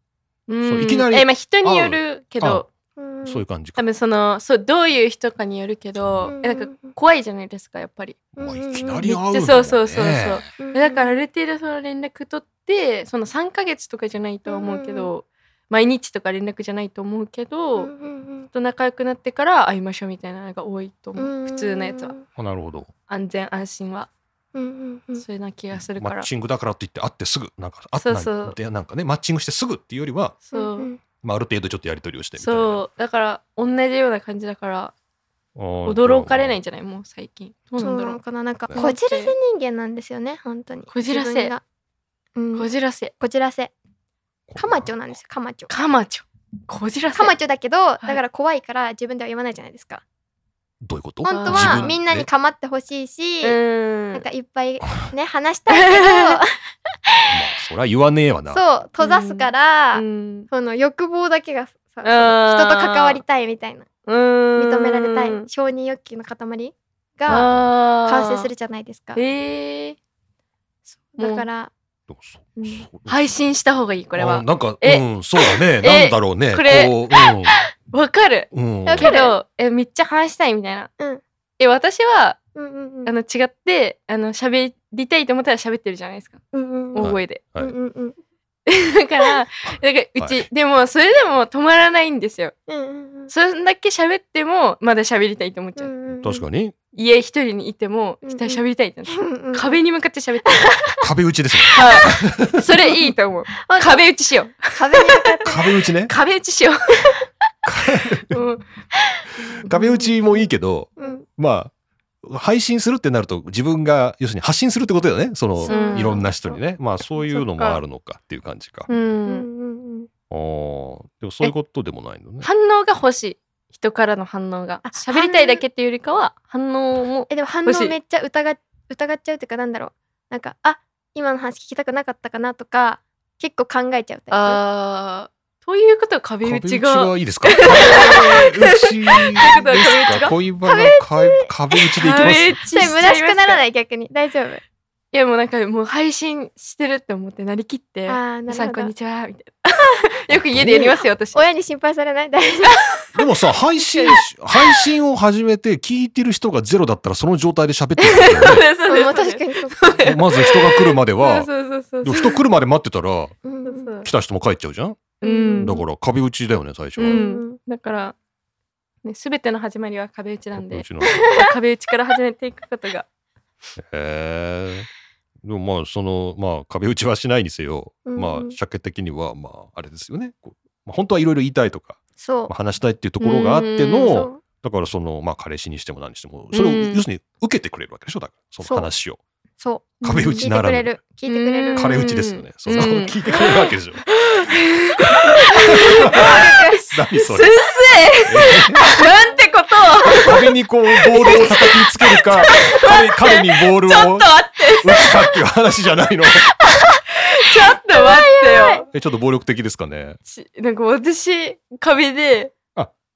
Speaker 3: うん
Speaker 1: いきなり
Speaker 3: えまあ、人によるけど
Speaker 2: うん
Speaker 1: そういう感じか
Speaker 3: 多。分そのそうどういう人かによるけど、
Speaker 2: うん
Speaker 3: えなんか怖いじゃないですかやっぱり。
Speaker 1: まあ、
Speaker 2: うん
Speaker 1: いきなり会うのも
Speaker 3: め
Speaker 1: ね
Speaker 3: っちゃそうそうそうそう、
Speaker 2: うん
Speaker 3: だからある程度その連絡取ってその3ヶ月とかじゃないとは思うけど、毎日とか連絡じゃないと思うけど、
Speaker 2: うんうんうん
Speaker 3: と仲良くなってから会いましょうみたいなのが多いと思う、
Speaker 2: うん
Speaker 3: 普通のやつは
Speaker 1: あなるほど。
Speaker 3: 安全安心は、
Speaker 2: うんうんうん
Speaker 3: そういうな気がする
Speaker 1: マ
Speaker 3: から
Speaker 1: ッチングだからといって会ってすぐなんか会
Speaker 3: そ
Speaker 1: っ
Speaker 3: う
Speaker 1: て
Speaker 3: そう
Speaker 1: ないでなんかねマッチングしてすぐっていうよりは、
Speaker 3: そう、
Speaker 2: んん
Speaker 1: まあ、ある程度ちょっとやり取りをしてみたいな。
Speaker 3: そうだから同じような感じだから
Speaker 1: あー
Speaker 3: 驚かれないんじゃないもう最近どう
Speaker 2: そ
Speaker 3: なん
Speaker 2: う
Speaker 3: だ
Speaker 2: な
Speaker 3: ろ
Speaker 2: の
Speaker 3: う
Speaker 2: かななんか
Speaker 1: ね
Speaker 2: こじらせ人間なんですよね本当に
Speaker 3: こじらせ
Speaker 2: 自分がうん
Speaker 3: こじらせ
Speaker 2: こじらせ
Speaker 1: こ
Speaker 2: カマチョなんですよカマチョ
Speaker 3: カマチョこじらせ
Speaker 2: カマチョだけどだ
Speaker 3: い
Speaker 2: から怖いから自分では言わないじゃないですか
Speaker 1: どういうこと
Speaker 2: 本当
Speaker 1: 自
Speaker 2: は
Speaker 1: 分で
Speaker 2: みんなに構ってほしいし
Speaker 3: うん
Speaker 2: なんかいっぱいね話したい
Speaker 1: まあ、そりゃ言わねえわ
Speaker 2: けど
Speaker 1: な。
Speaker 2: そう閉ざすから
Speaker 3: うん
Speaker 2: その欲望だけがさその
Speaker 3: あー
Speaker 2: 人と関わりたいみたいな認
Speaker 3: 認
Speaker 2: められたい承認欲求の塊が
Speaker 3: が
Speaker 2: 完成するじゃないですか
Speaker 3: えーもう
Speaker 2: だから
Speaker 1: でもそう
Speaker 2: うん
Speaker 1: そう
Speaker 3: 配信した方がいいこれ
Speaker 1: あ
Speaker 3: は
Speaker 1: なんか、
Speaker 3: え
Speaker 1: うん、そうだね。
Speaker 3: え
Speaker 1: なんだろうね。
Speaker 3: これ
Speaker 1: こ
Speaker 3: わかる
Speaker 1: う、 うん、うん。
Speaker 2: わ
Speaker 3: け
Speaker 2: かる
Speaker 3: どえめっちゃ話したいみたいな、
Speaker 2: うん
Speaker 3: え私は
Speaker 2: うんうんうん
Speaker 3: あの違ってあの喋りたいと思ったら喋ってるじゃないですか
Speaker 2: うんうん
Speaker 3: 大声で、
Speaker 1: はい
Speaker 2: うんうんうん
Speaker 3: だからだからうち、
Speaker 1: はい
Speaker 3: でもそれでも止まらないんですよ
Speaker 2: うんうんうん
Speaker 3: それだけ喋ってもまだ喋りたいと思っちゃう、
Speaker 1: 確か
Speaker 2: に
Speaker 1: に、
Speaker 3: 家一人にいても
Speaker 2: うん
Speaker 3: 一人喋りたいってなっちゃう
Speaker 2: 壁
Speaker 3: 壁に向かって喋ってる
Speaker 1: 壁打ちですね。
Speaker 3: はい それいいと思う壁打ちし よう
Speaker 2: 壁に向かって
Speaker 1: 壁打ち ね。
Speaker 3: 壁打ちしよう、うん
Speaker 1: 壁打ちもいいけど、
Speaker 2: うん
Speaker 1: まあ、配信するってなると、自分が、要するに発信するってことだよね。その、
Speaker 3: う
Speaker 1: いろんな人にね。まあ、そういうの
Speaker 3: そっ
Speaker 1: も
Speaker 3: か
Speaker 1: あるのかっていう感じか。あ
Speaker 3: う
Speaker 2: うん
Speaker 3: ん
Speaker 2: うんうん
Speaker 1: あーでもそういうことでもないのね。
Speaker 3: 反応が欲しい人からの反応が
Speaker 2: あ
Speaker 3: 喋りたいだけっていうよりかは反応も
Speaker 2: えでも反応
Speaker 3: もし
Speaker 2: めっちゃ疑っ疑っちゃうっていうかなんだろうなんかあ今の話聞きたくなかったかなとか結構考えちゃうタイ
Speaker 3: あーということは壁
Speaker 1: 壁
Speaker 3: 打
Speaker 1: 打ち
Speaker 3: ちが
Speaker 1: がいいですか壁打ちですか恋バナ壁壁打ちでいきま
Speaker 3: 壁
Speaker 1: す
Speaker 3: 打ちし
Speaker 2: プ
Speaker 3: ちゃい
Speaker 2: それ虚しくなら
Speaker 3: い
Speaker 2: ない逆に大丈夫
Speaker 3: いやもうなんかもう配信してるって思ってなりきって「
Speaker 2: あー
Speaker 3: 皆
Speaker 2: な
Speaker 3: さ
Speaker 2: る
Speaker 3: ん
Speaker 2: ほ
Speaker 3: こん
Speaker 2: ど
Speaker 3: にちは」みたいな よく家でやりますよ私
Speaker 2: 親に心配されない大丈
Speaker 1: でもさ、配信、 配信を始めて聞いてる人がゼロだったらその状態で喋ってるんだよね。
Speaker 3: そうそう
Speaker 2: 夫も
Speaker 3: そうう
Speaker 2: 確かにそうか
Speaker 1: まず人が来るまでは、
Speaker 3: そうそうそう
Speaker 1: でも
Speaker 3: そう
Speaker 1: 人来るまで待ってたら、
Speaker 2: うんうん
Speaker 3: そう
Speaker 1: 来た人も帰っちゃうじゃん
Speaker 3: うん
Speaker 1: だから壁打ちだよね、最初は。
Speaker 3: うん
Speaker 2: うん
Speaker 3: だからね全ての始まりは壁打ちなん
Speaker 1: 壁打
Speaker 3: で
Speaker 1: ちなんだ
Speaker 3: 壁打ちから始めていくことが
Speaker 1: へえ。でもまあそのまあ壁打ちはしないにせよ、
Speaker 2: うん
Speaker 1: まあ鮭的にはまああれですよね。こうまあ、本当はいろいろ言いたいとか、
Speaker 2: そう
Speaker 1: まあ、話したいっていうところがあっての、
Speaker 2: そう
Speaker 1: だからそのまあ彼氏にしても何にしても、それを
Speaker 3: うん
Speaker 1: 要するに受けてくれるわけでしょ。だからそ
Speaker 2: そう
Speaker 1: の話を
Speaker 2: そう
Speaker 1: 壁打
Speaker 2: 聞
Speaker 1: ち
Speaker 2: い
Speaker 1: な
Speaker 2: て
Speaker 1: ら
Speaker 2: く
Speaker 1: ぬ
Speaker 2: れる聞いてくれ
Speaker 3: う
Speaker 2: る
Speaker 3: ん
Speaker 1: 壁打ちですよね。そう
Speaker 3: うん
Speaker 1: 聞いてくれるわけでしょ。何それ。
Speaker 3: なんてことを
Speaker 1: 壁にこうボールを叩きつけるか、彼彼にボールを
Speaker 3: ちょっと待っ
Speaker 1: 打つかっていう話じゃないの。
Speaker 3: ちょっと待ってよ。
Speaker 1: えちょっと暴力的ですかね。
Speaker 3: ちなんか私、壁で、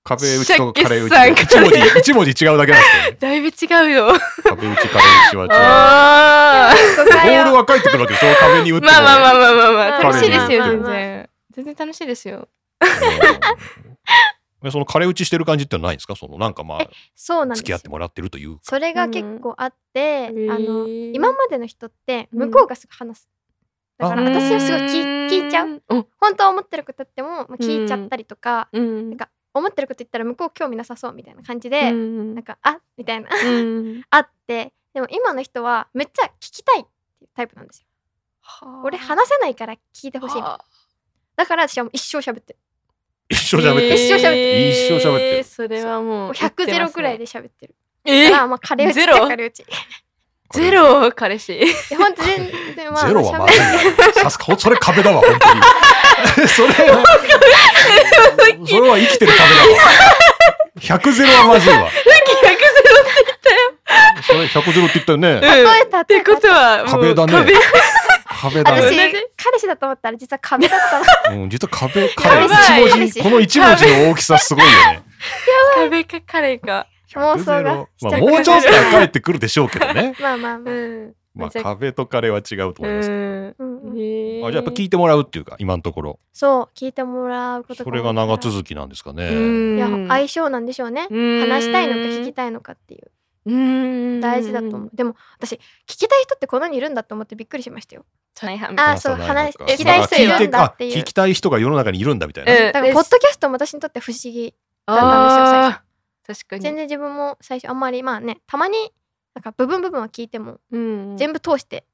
Speaker 1: 壁打ちとカレー打
Speaker 3: シャッ
Speaker 1: ち
Speaker 3: キさ
Speaker 1: で。
Speaker 3: ん
Speaker 1: 一文字、一文字違うだけなんですけどね。
Speaker 3: だいぶ違うよ。
Speaker 1: 壁打ち、カレー打ちは
Speaker 3: あー
Speaker 1: 違
Speaker 2: 誤
Speaker 1: う。
Speaker 2: 解
Speaker 1: ボ
Speaker 2: を
Speaker 1: ールは返ってくるわけでしょ壁に打っても。
Speaker 3: まあまあまあまあまあまあ、
Speaker 1: 彼
Speaker 3: 楽しいですよ、
Speaker 1: に
Speaker 3: 全
Speaker 2: まあまあま
Speaker 3: 然。全然楽しいですよ。
Speaker 1: うんえそ のカレー打ちしてる感じってのはないんですかそのなんかまあ、
Speaker 2: そうなん
Speaker 1: 付
Speaker 2: です
Speaker 1: き合
Speaker 2: よ
Speaker 1: ってもらってるというか。
Speaker 2: それが結構あって、
Speaker 3: うん
Speaker 2: あの
Speaker 3: へー
Speaker 2: 今までの人って
Speaker 3: うん
Speaker 2: 向こうがすぐ話す、だから
Speaker 1: あ
Speaker 2: 私はすごい聞い聞いちゃう。
Speaker 3: うん。
Speaker 2: 本当は思ってることあっても、まあ、聞いちゃったりとか、
Speaker 3: うん。
Speaker 2: なんか思ってること言ったら向こう興味なさそうみたいな感じ
Speaker 3: う
Speaker 2: で、
Speaker 3: ん、
Speaker 2: なんかあみたいな
Speaker 3: うん。
Speaker 2: あってでも今の人はめっちゃ聞きたいっていうタイプなんですよ俺話せないから聞いてほしいみたいな
Speaker 3: はあ
Speaker 2: だから私はもう一生喋ってる
Speaker 1: 一生喋ってる。
Speaker 2: 一生喋って
Speaker 1: る一生喋ってる
Speaker 3: それはも
Speaker 2: も
Speaker 3: う
Speaker 2: う100ゼロくらい
Speaker 3: で。
Speaker 2: で喋ってるだ
Speaker 3: えー
Speaker 2: からまあ彼打ちっち
Speaker 3: ゼ
Speaker 2: ゃ
Speaker 3: ロ
Speaker 2: 彼打ち
Speaker 3: ゼロ彼氏。
Speaker 2: いやほんと全然まあ
Speaker 1: ゼロはまずい
Speaker 2: 喋
Speaker 1: な。さすが、それ壁だわ、本当に。それは、それは生きてる壁だわ。100ゼロはまずいわ。それ100ゼロって言ったよね。
Speaker 3: うん
Speaker 2: 例えたっ
Speaker 3: ってことはも
Speaker 1: 壁
Speaker 3: う
Speaker 1: だね
Speaker 3: 壁
Speaker 1: 壁だ
Speaker 2: 私
Speaker 1: ね。
Speaker 2: 彼氏だと思ったら実は壁だったの
Speaker 1: うん、実は壁、
Speaker 3: やば
Speaker 1: 彼、
Speaker 3: い
Speaker 1: 一文字、この一文字の大きさすごいよね。
Speaker 3: 壁か彼か。
Speaker 2: 妄想が
Speaker 1: 100まあ、 もうちょっとは帰ってくるでしょうけどね。
Speaker 2: まあまあま
Speaker 3: う
Speaker 2: あ、
Speaker 3: ん。
Speaker 1: まあ、
Speaker 3: じゃ
Speaker 1: 壁と彼は違うと
Speaker 3: う
Speaker 1: 思います。
Speaker 3: ん。
Speaker 2: うんうん
Speaker 3: へー
Speaker 1: あじゃあやっぱ聞いてもらうっていうか、今のところ。
Speaker 2: そう聞いてもらうこと
Speaker 1: それが長
Speaker 2: き
Speaker 1: 続きなんですかね。
Speaker 2: いや
Speaker 3: うん
Speaker 2: 相性なんでしょうね話したいのか聞きたいのかっていう
Speaker 3: うん
Speaker 2: 大事だと思うでも私聞きたい人ってこの世にいるんだと思ってびっくりしましたよ
Speaker 3: そうね
Speaker 2: あ
Speaker 1: 話さない
Speaker 2: そう話
Speaker 1: とか
Speaker 2: 聞
Speaker 3: きたい人いる
Speaker 1: まあ聞
Speaker 2: んだっていう
Speaker 1: てあ聞きたい人が世の中にいるんだみたいな。
Speaker 3: うん
Speaker 2: だからポッドキャストも私にとって不思議
Speaker 3: あー確かに。
Speaker 2: 全然自分も最初あんまりまあねたまになんか部分部分は聞いても
Speaker 3: うん
Speaker 2: 全部通して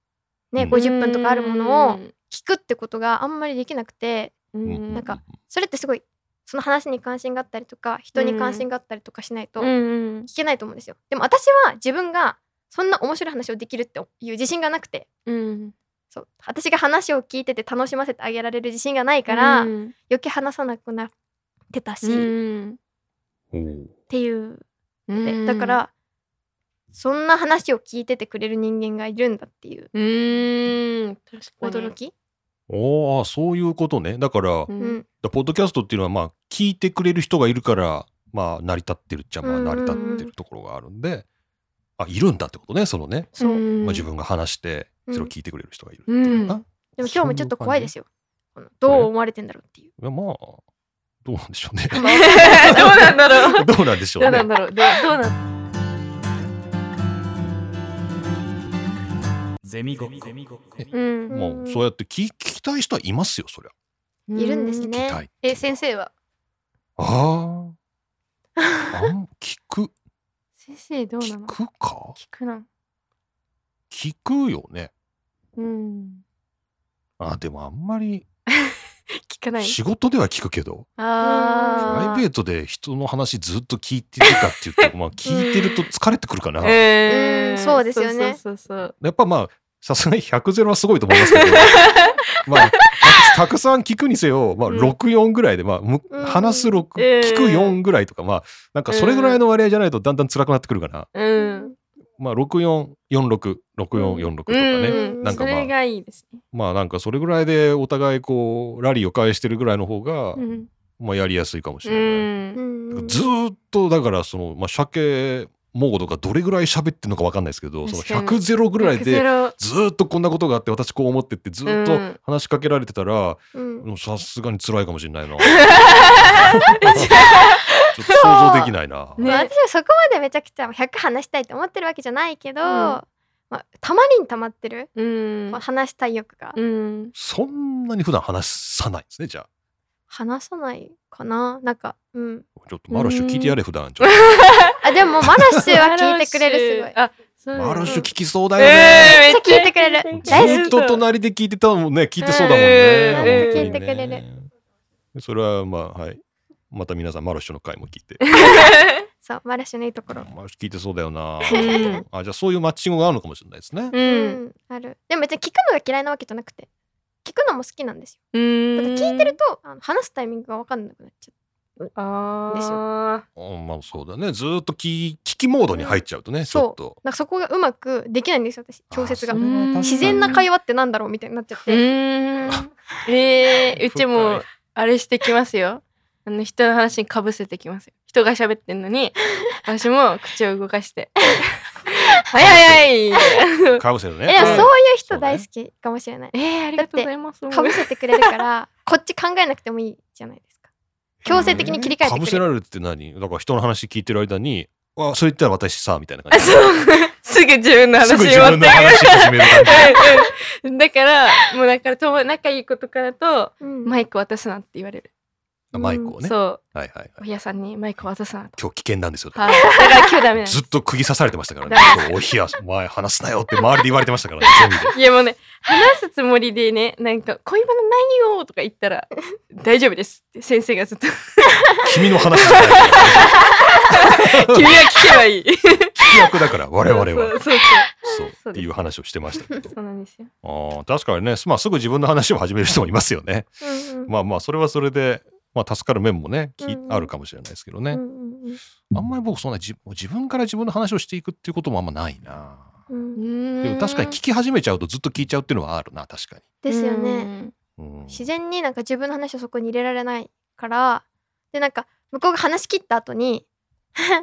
Speaker 2: ね
Speaker 1: うん
Speaker 2: 50分とかあるものを聞くってことがあんまりできなくて
Speaker 3: うん、
Speaker 1: う
Speaker 2: なんかそれってすごいその話に関心があったりとか人に関心があったりとかしないと
Speaker 3: うんうん
Speaker 2: 聞けないと思うんですよでも私は自分がそんな面白い話をできるっていう自信がなくて
Speaker 3: うん、
Speaker 2: そう私が話を聞いてて楽しませてあげられる自信がないから、
Speaker 3: うん
Speaker 2: 余計話さなくなってたし、
Speaker 3: う
Speaker 2: っ
Speaker 3: ん
Speaker 1: おう
Speaker 2: ていうで
Speaker 3: うん
Speaker 2: だからそんな話を聞いててくれる人間がいるんだっていう
Speaker 3: うん確かに
Speaker 2: 驚き、
Speaker 1: おーあそういうことね。だから、
Speaker 3: う
Speaker 1: だか
Speaker 2: うん
Speaker 3: ん
Speaker 1: らポッドキャストっていうのは、まあ、聞いてくれる人がいるから、まあ、成り立ってるっちゃ、まあ、
Speaker 2: うんうん
Speaker 1: 成り立ってるところがあるんで、あ、いるんだってことね、そのね。
Speaker 2: そう、
Speaker 1: まあ、自分が話して、
Speaker 2: うん
Speaker 1: それを聞いてくれる人がいるっていうのかな。
Speaker 2: でも今日もちょっと怖いですよこのどう思われてんだろうっていう
Speaker 1: いやまあ、どうなんでしょうね。
Speaker 3: どう なんだろう
Speaker 1: どうなんでしょ
Speaker 3: ど
Speaker 1: う
Speaker 3: うな
Speaker 1: ね
Speaker 3: ん。だろうどうどうなん
Speaker 5: ゼミごっこ。
Speaker 3: うん
Speaker 1: もう、そうやって聞聞きたい人はいますよ、そりゃ。
Speaker 2: いるんです
Speaker 1: 聞き
Speaker 2: ね
Speaker 1: たい。
Speaker 3: え先生は
Speaker 1: ああ。あん聞く、
Speaker 3: 先生どうな
Speaker 1: 聞
Speaker 3: の
Speaker 1: くか
Speaker 3: 聞くな
Speaker 1: 聞くよね。
Speaker 3: うん
Speaker 1: あ、でもあんまり、
Speaker 3: 聞かない
Speaker 1: 仕事では聞くけど、プ
Speaker 2: ー
Speaker 1: ライベートで人の話ずっと聞いてるかっていうと、まあ聞いてると疲れてくるかな。や
Speaker 3: え
Speaker 2: うんそうですよね
Speaker 3: そうそうそう
Speaker 1: っぱまあ、さすがに100ゼロはすごいと思いますけど、まあ、たくさん聞くにせよ、まあ、
Speaker 3: うん
Speaker 1: 64ぐらいで、まあむ
Speaker 2: うん、
Speaker 1: 話す6、
Speaker 3: えー
Speaker 1: 聞く4ぐらいとか、まあ、なんかそれぐらいの割合じゃないとだんだん辛くなってくるかな。
Speaker 3: そううん
Speaker 1: まあ、64、46、6446とかね。
Speaker 3: うん
Speaker 1: なんか
Speaker 3: そ
Speaker 1: まあ
Speaker 3: れがいいですね
Speaker 1: まあなんかそれぐらいでお互いこうラリーを返してるぐらいの方が、
Speaker 3: うん
Speaker 1: まあやりやすいかもし
Speaker 3: う
Speaker 1: れない。
Speaker 3: ん
Speaker 2: うんうん
Speaker 1: ずーっとだからその、まあ、鮭モードがどれぐらい喋ってるのかわかんないですけどその
Speaker 3: 確かに
Speaker 1: 100ゼロぐらい
Speaker 3: ゼ
Speaker 1: で
Speaker 3: ロ
Speaker 1: ずーっとこんなことがあって私こう思ってってずーっ
Speaker 3: う
Speaker 1: と
Speaker 3: ん
Speaker 1: 話しかけられてたら
Speaker 2: うん
Speaker 1: もうさすがに辛いかもしれない な。ちょっと想像できないな。
Speaker 3: ね
Speaker 2: まあ私はそこまでめちゃくちゃ100話したいと思ってるわけじゃないけど、
Speaker 3: うん
Speaker 2: まあ、たまりにたまってる、
Speaker 3: うん
Speaker 2: まあ話したい欲が、
Speaker 3: うん
Speaker 1: そんなに普段話さないですねじゃあ。
Speaker 2: 話さないかななんかうん
Speaker 1: ちょっとマルシュ聞いてやれ普段ちょっ
Speaker 2: あでもマラッシュは聞いてくれるすごい
Speaker 3: あそ
Speaker 1: と
Speaker 3: う
Speaker 1: マルシュ聞
Speaker 3: き
Speaker 1: きそうだよね。
Speaker 2: め
Speaker 3: め
Speaker 2: っちゃ聞いてくれる大好
Speaker 1: ずっと隣で聞いてたもんね聞いてそうだもん
Speaker 3: う
Speaker 1: ね
Speaker 3: ん。
Speaker 1: 本当にね
Speaker 2: 聞いてくれる。
Speaker 1: それはまあはい。また皆さんマルシュの回も聞いて。
Speaker 2: そうマラッシュのいいところ
Speaker 1: マルシュ聞いてそうだよな。
Speaker 3: うん
Speaker 1: あじゃあそういうマッチングがあるのかもしれないですね。
Speaker 3: う
Speaker 2: うんあるでも別に聞くのが嫌いなわけじゃなくて聞くのも好きなんですよ
Speaker 3: うん
Speaker 2: ただ聞いてるとあの話すタイミングが分かんなくなっちゃ
Speaker 3: あ
Speaker 2: です
Speaker 3: あ
Speaker 1: うんまあそうだね。ずーっと聞き聞きモードに入っちゃうとね。ち
Speaker 2: そう
Speaker 1: ょっと
Speaker 2: うなんかそこがうまくできないんですよ私調節が
Speaker 1: あ
Speaker 3: う
Speaker 1: それは確かに
Speaker 2: 自然な会話ってなんだろうみたいになっちゃっ
Speaker 3: う
Speaker 2: て
Speaker 3: んえーうちもあれしてきますよあの人の話にかぶせてきますよ人が喋ってんのに私も口を動かしてはいはいはい
Speaker 1: かぶせるね。
Speaker 2: えでもそういう
Speaker 1: う
Speaker 2: 人大好きかもしれない
Speaker 3: えー、ありがとうございます
Speaker 2: かぶせてくれるからこっち考えなくてもいいじゃないですか強制的に切り替えて
Speaker 1: かぶ
Speaker 2: く
Speaker 1: せ
Speaker 2: れる
Speaker 1: られるって何？だから人の話聞いてる間に、あそれ言ったら私さみたいな感 じ。
Speaker 3: すぐ自分の話
Speaker 1: す
Speaker 3: を
Speaker 1: ぐ自分の話始める感じ。
Speaker 3: うんうんだからもうだから友仲いい子とかだと
Speaker 2: うん
Speaker 3: マイク渡すなって言われる
Speaker 1: マイクをね。
Speaker 3: そう
Speaker 1: はいはいはい。
Speaker 3: お部屋さんにマイクを渡すなと
Speaker 1: 今日危険なんですよ。
Speaker 3: はいだから今日ダメなんです
Speaker 1: ずっと釘刺されてましたからね
Speaker 3: ダメ。
Speaker 1: そうおひや、お前話すなよって周りで言われてましたからね、ゼミで。
Speaker 3: いやもうね話すつもりでねなんか恋バナないよとか言ったら大丈夫ですって先生が ずっと
Speaker 1: 君の話じゃないから。
Speaker 3: 君は聞けばいい
Speaker 1: 聞き役だから、我々
Speaker 3: そう
Speaker 1: は。
Speaker 3: そうそう
Speaker 1: そ。
Speaker 3: そうう
Speaker 1: っていう話をしてましたけど。
Speaker 3: そうなんですよ
Speaker 1: ああ、確かにね、まあすぐ自分の話を始める人もいますよね。
Speaker 2: うんうん
Speaker 1: まあまあ、それはそれで、まあ助かる面もね、き
Speaker 2: うん
Speaker 1: あるかもしれないですけど
Speaker 2: う
Speaker 1: ね。
Speaker 2: んうん
Speaker 1: あんまり僕そんな自自分から自分の話をしていくっていうこともあんまないな。
Speaker 2: うんうん
Speaker 1: で
Speaker 3: で
Speaker 1: も確かに聞き始めちゃうとずっと聞いちゃうっていうのはあるな、確か
Speaker 2: ですよね。
Speaker 1: に。うん
Speaker 2: 自然になんか自分の話をそこに入れられないからでなんか向こうが話し切った後に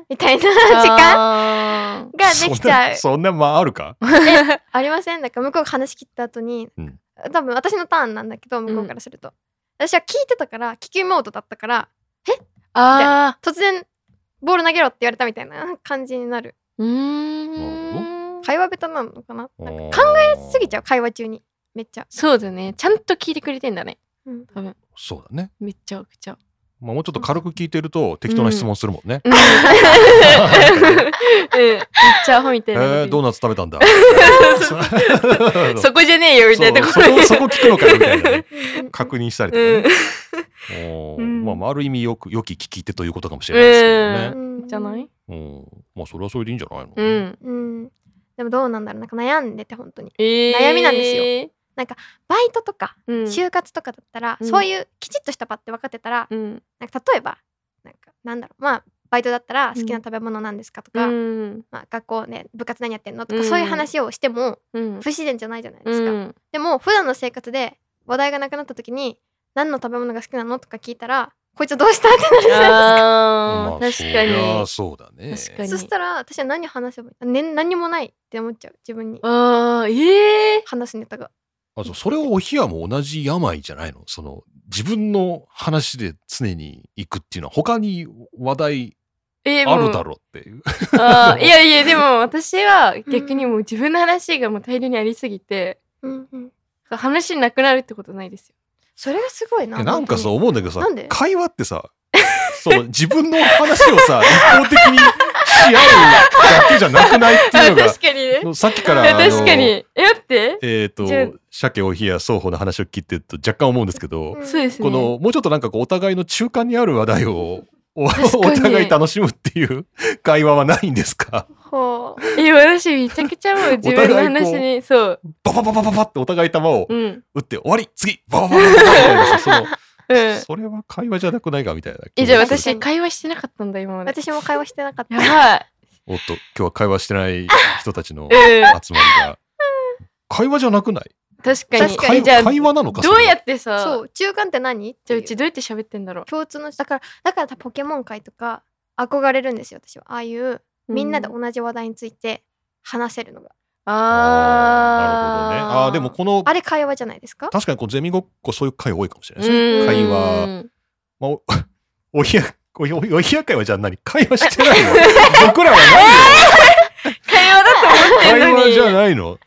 Speaker 2: みたいな時間
Speaker 3: 間
Speaker 2: ができちゃう
Speaker 1: そんな、そんなまああるか
Speaker 2: ありませんなんか向こうが話し切った後に、
Speaker 1: うん
Speaker 2: 多分私のターンなんだけど向こうからすると、私は聞いてたから聞きモードだったから
Speaker 3: ああ
Speaker 2: 突然ボール投げろって言われたみたいな感じになる
Speaker 3: うーん
Speaker 2: 会話下手なのかななんか考えすぎちゃ
Speaker 1: う
Speaker 2: う会話中にめっちゃ
Speaker 3: そうだねちゃんと聞いてくれてんだね
Speaker 2: うん
Speaker 3: 多分
Speaker 1: そうだね、
Speaker 3: めっちゃくちゃ
Speaker 1: まあ、もうちょっと軽く聞いてると適当な質問するもんね、
Speaker 3: うんうんめっちゃアホみたいなこ
Speaker 1: え
Speaker 3: と言
Speaker 1: ー、
Speaker 3: う
Speaker 1: ドーナツ食べたん だ
Speaker 3: そこじゃねえよみたいなところ
Speaker 1: そうそこそこ聞くのかよみた いなね確認したりとか
Speaker 3: うん
Speaker 1: ね、おー
Speaker 3: うん
Speaker 1: まあまあある意味よく良き聞き手ということかもしれないですけどね、
Speaker 2: うん
Speaker 3: じゃない
Speaker 1: うんまあそれはそれでいいんじゃないの、
Speaker 3: うん
Speaker 2: うんでもどうなんだろうなんか悩んでて本当に
Speaker 3: 悩
Speaker 2: 悩みなんですよバイトとか
Speaker 3: うん
Speaker 2: 就活とかだったら、
Speaker 3: うん
Speaker 2: そういうきちっとした場って分かってたら、
Speaker 3: うん
Speaker 2: なんか例えばなんかなんだろうまあバイトだったら好きな食べ物なんですかとか、
Speaker 3: うん
Speaker 2: まあ、学校ね部活何やってんのとか、
Speaker 3: うん
Speaker 2: そういう話をしても
Speaker 3: うん
Speaker 2: 不自然じゃないじゃないですか、
Speaker 3: うん
Speaker 2: でも普段の生活で話題がなくなった時に何の食べ物が好きなのとか聞いたらこいつどうしたってなるじゃないで
Speaker 1: まあ
Speaker 3: あー確か
Speaker 1: そりゃ
Speaker 3: に
Speaker 1: そうだね
Speaker 3: 確か
Speaker 2: す
Speaker 3: に
Speaker 2: かそしたら私は何話せばいい、ね、何もないって思っちゃう自分に
Speaker 3: あーええ
Speaker 2: 話すネタが
Speaker 1: あそうそれをお冷やも同じ病じゃないのその自分の話で常に行くっていうのは他に話題
Speaker 3: え
Speaker 1: あるだろうっていう、
Speaker 3: あーいやいやでも私は逆にもう自分の話がもう大量にありすぎて
Speaker 2: うんうん
Speaker 3: 話なくなるってことないですよ。
Speaker 2: それがすごいな
Speaker 1: えなんかさ思うんだけどさ
Speaker 2: なんで
Speaker 1: 会話ってさその自分の話をさ一方的にし合うだけじゃなくないっていうのが
Speaker 3: かにね
Speaker 1: そうさっきからあの
Speaker 3: 確かに。えだって
Speaker 1: えっ、
Speaker 3: じゃあ
Speaker 1: と鮭お冷や双方の話を聞いてると若干思うんですけど、
Speaker 2: うん
Speaker 3: そうですね。
Speaker 1: このもうちょっとなんかこうお互いの中間にある話題をおお
Speaker 3: 確かに
Speaker 1: 互い楽しむっていう会話はないんですか
Speaker 2: ほう
Speaker 3: え私めちゃくちゃもう自分の話にそう
Speaker 1: ババババババってお互い球を
Speaker 3: うん
Speaker 1: 打って終わり次バババババババみたいなさその
Speaker 3: うん。
Speaker 1: それは会話じゃなくないかみたいな気
Speaker 3: え
Speaker 1: が
Speaker 3: じゃあ
Speaker 1: する
Speaker 3: 私会話してなかったんだ今まで。
Speaker 2: 私も会話してなかっ
Speaker 3: や
Speaker 2: た
Speaker 3: ばい。
Speaker 1: おっと今日は会話してない人たちの
Speaker 3: うん
Speaker 1: 集まりが。会話じゃなくない
Speaker 3: 確かに。
Speaker 2: 確かに
Speaker 3: え
Speaker 1: 会
Speaker 3: じゃあ
Speaker 1: 会話なのか
Speaker 3: どうや
Speaker 1: て
Speaker 3: ってさ
Speaker 2: そう中間って何って
Speaker 3: じゃあ
Speaker 2: いう
Speaker 3: うちどうやって喋ってんだろ
Speaker 2: 共通のだからだからポケモン界とか憧れるんですよ私はああいう
Speaker 3: う。
Speaker 2: みんなで
Speaker 3: う
Speaker 2: 同じ話題について話せるのが、
Speaker 1: あーなるほどね。あ
Speaker 3: あー
Speaker 1: あーでもこの
Speaker 2: あれ会話じゃないですか
Speaker 1: 確かにこうゼミごっこそういう会多いかもしれないですね。
Speaker 3: うん
Speaker 1: 会話まあ、おおひやおひおひおひや会はじゃあ何会話してないの僕らは何
Speaker 3: 会話だと思って
Speaker 1: 会
Speaker 3: んの
Speaker 1: 話
Speaker 3: に
Speaker 1: じゃないの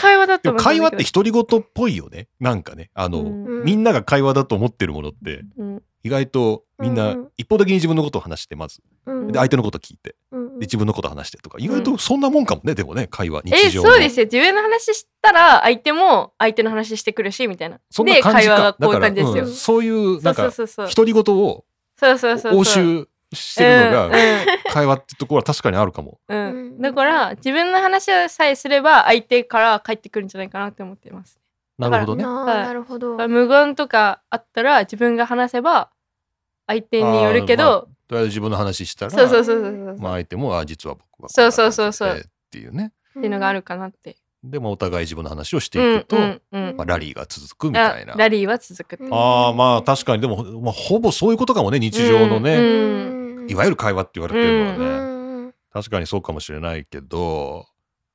Speaker 3: 会話だと
Speaker 1: でも
Speaker 3: 思って
Speaker 1: 会話って独り言っぽいよねなんかねあの、
Speaker 2: うん
Speaker 1: みんなが会話だと思ってるものって
Speaker 3: うん
Speaker 1: 意外とみん
Speaker 2: う
Speaker 1: なん
Speaker 2: うん
Speaker 1: 一方的に自分のことを話してまず
Speaker 2: うん
Speaker 1: で相手のこと聞いて
Speaker 2: うんうん
Speaker 1: で自分のこと話してとか意外とそんなもんかもねでもね会話
Speaker 3: え
Speaker 1: 日常の
Speaker 3: そうですよ自分の話したら相手も相手の話してくるしみたいな
Speaker 1: そんな感じ
Speaker 3: で会話が
Speaker 1: か
Speaker 3: こういう感じです
Speaker 1: だから
Speaker 3: よ、
Speaker 1: うん
Speaker 3: そ
Speaker 1: そういうなん
Speaker 3: うそう
Speaker 1: か
Speaker 3: そうそう
Speaker 1: 独り言を
Speaker 3: そうそうそう
Speaker 1: 応酬してるの
Speaker 3: う
Speaker 1: が
Speaker 3: ん
Speaker 1: 会話ってところは確かにあるかも
Speaker 3: うん
Speaker 2: う
Speaker 3: うんんだから自分の話をさえすれば相手から返ってくるんじゃないかなって思ってます
Speaker 1: なるほどね
Speaker 2: あー
Speaker 3: はい
Speaker 2: なるほど
Speaker 3: だから無言とかあったら自分が話せば相手によるけど、
Speaker 1: とりあえず自分の話したら
Speaker 3: そうそうそうそうそう、
Speaker 1: まあ、相手もあ実は僕は
Speaker 3: そうそうそうそう
Speaker 1: こんな感じでっていうね
Speaker 3: っていうのがあるかなって、
Speaker 1: でもお互い自分の話をして
Speaker 3: うん
Speaker 1: いくと、
Speaker 3: うんうん
Speaker 1: まあ、ラリーが続くみたいな
Speaker 3: あラリーは続くって
Speaker 2: うん
Speaker 1: ああまあ確かにでも、まあ、ほぼそういうことかもね日常のね、
Speaker 3: う
Speaker 2: うんん
Speaker 1: いわゆる会話って言われてるのは
Speaker 2: う
Speaker 1: ね、
Speaker 2: んうん
Speaker 1: 確かにそうかもしれないけど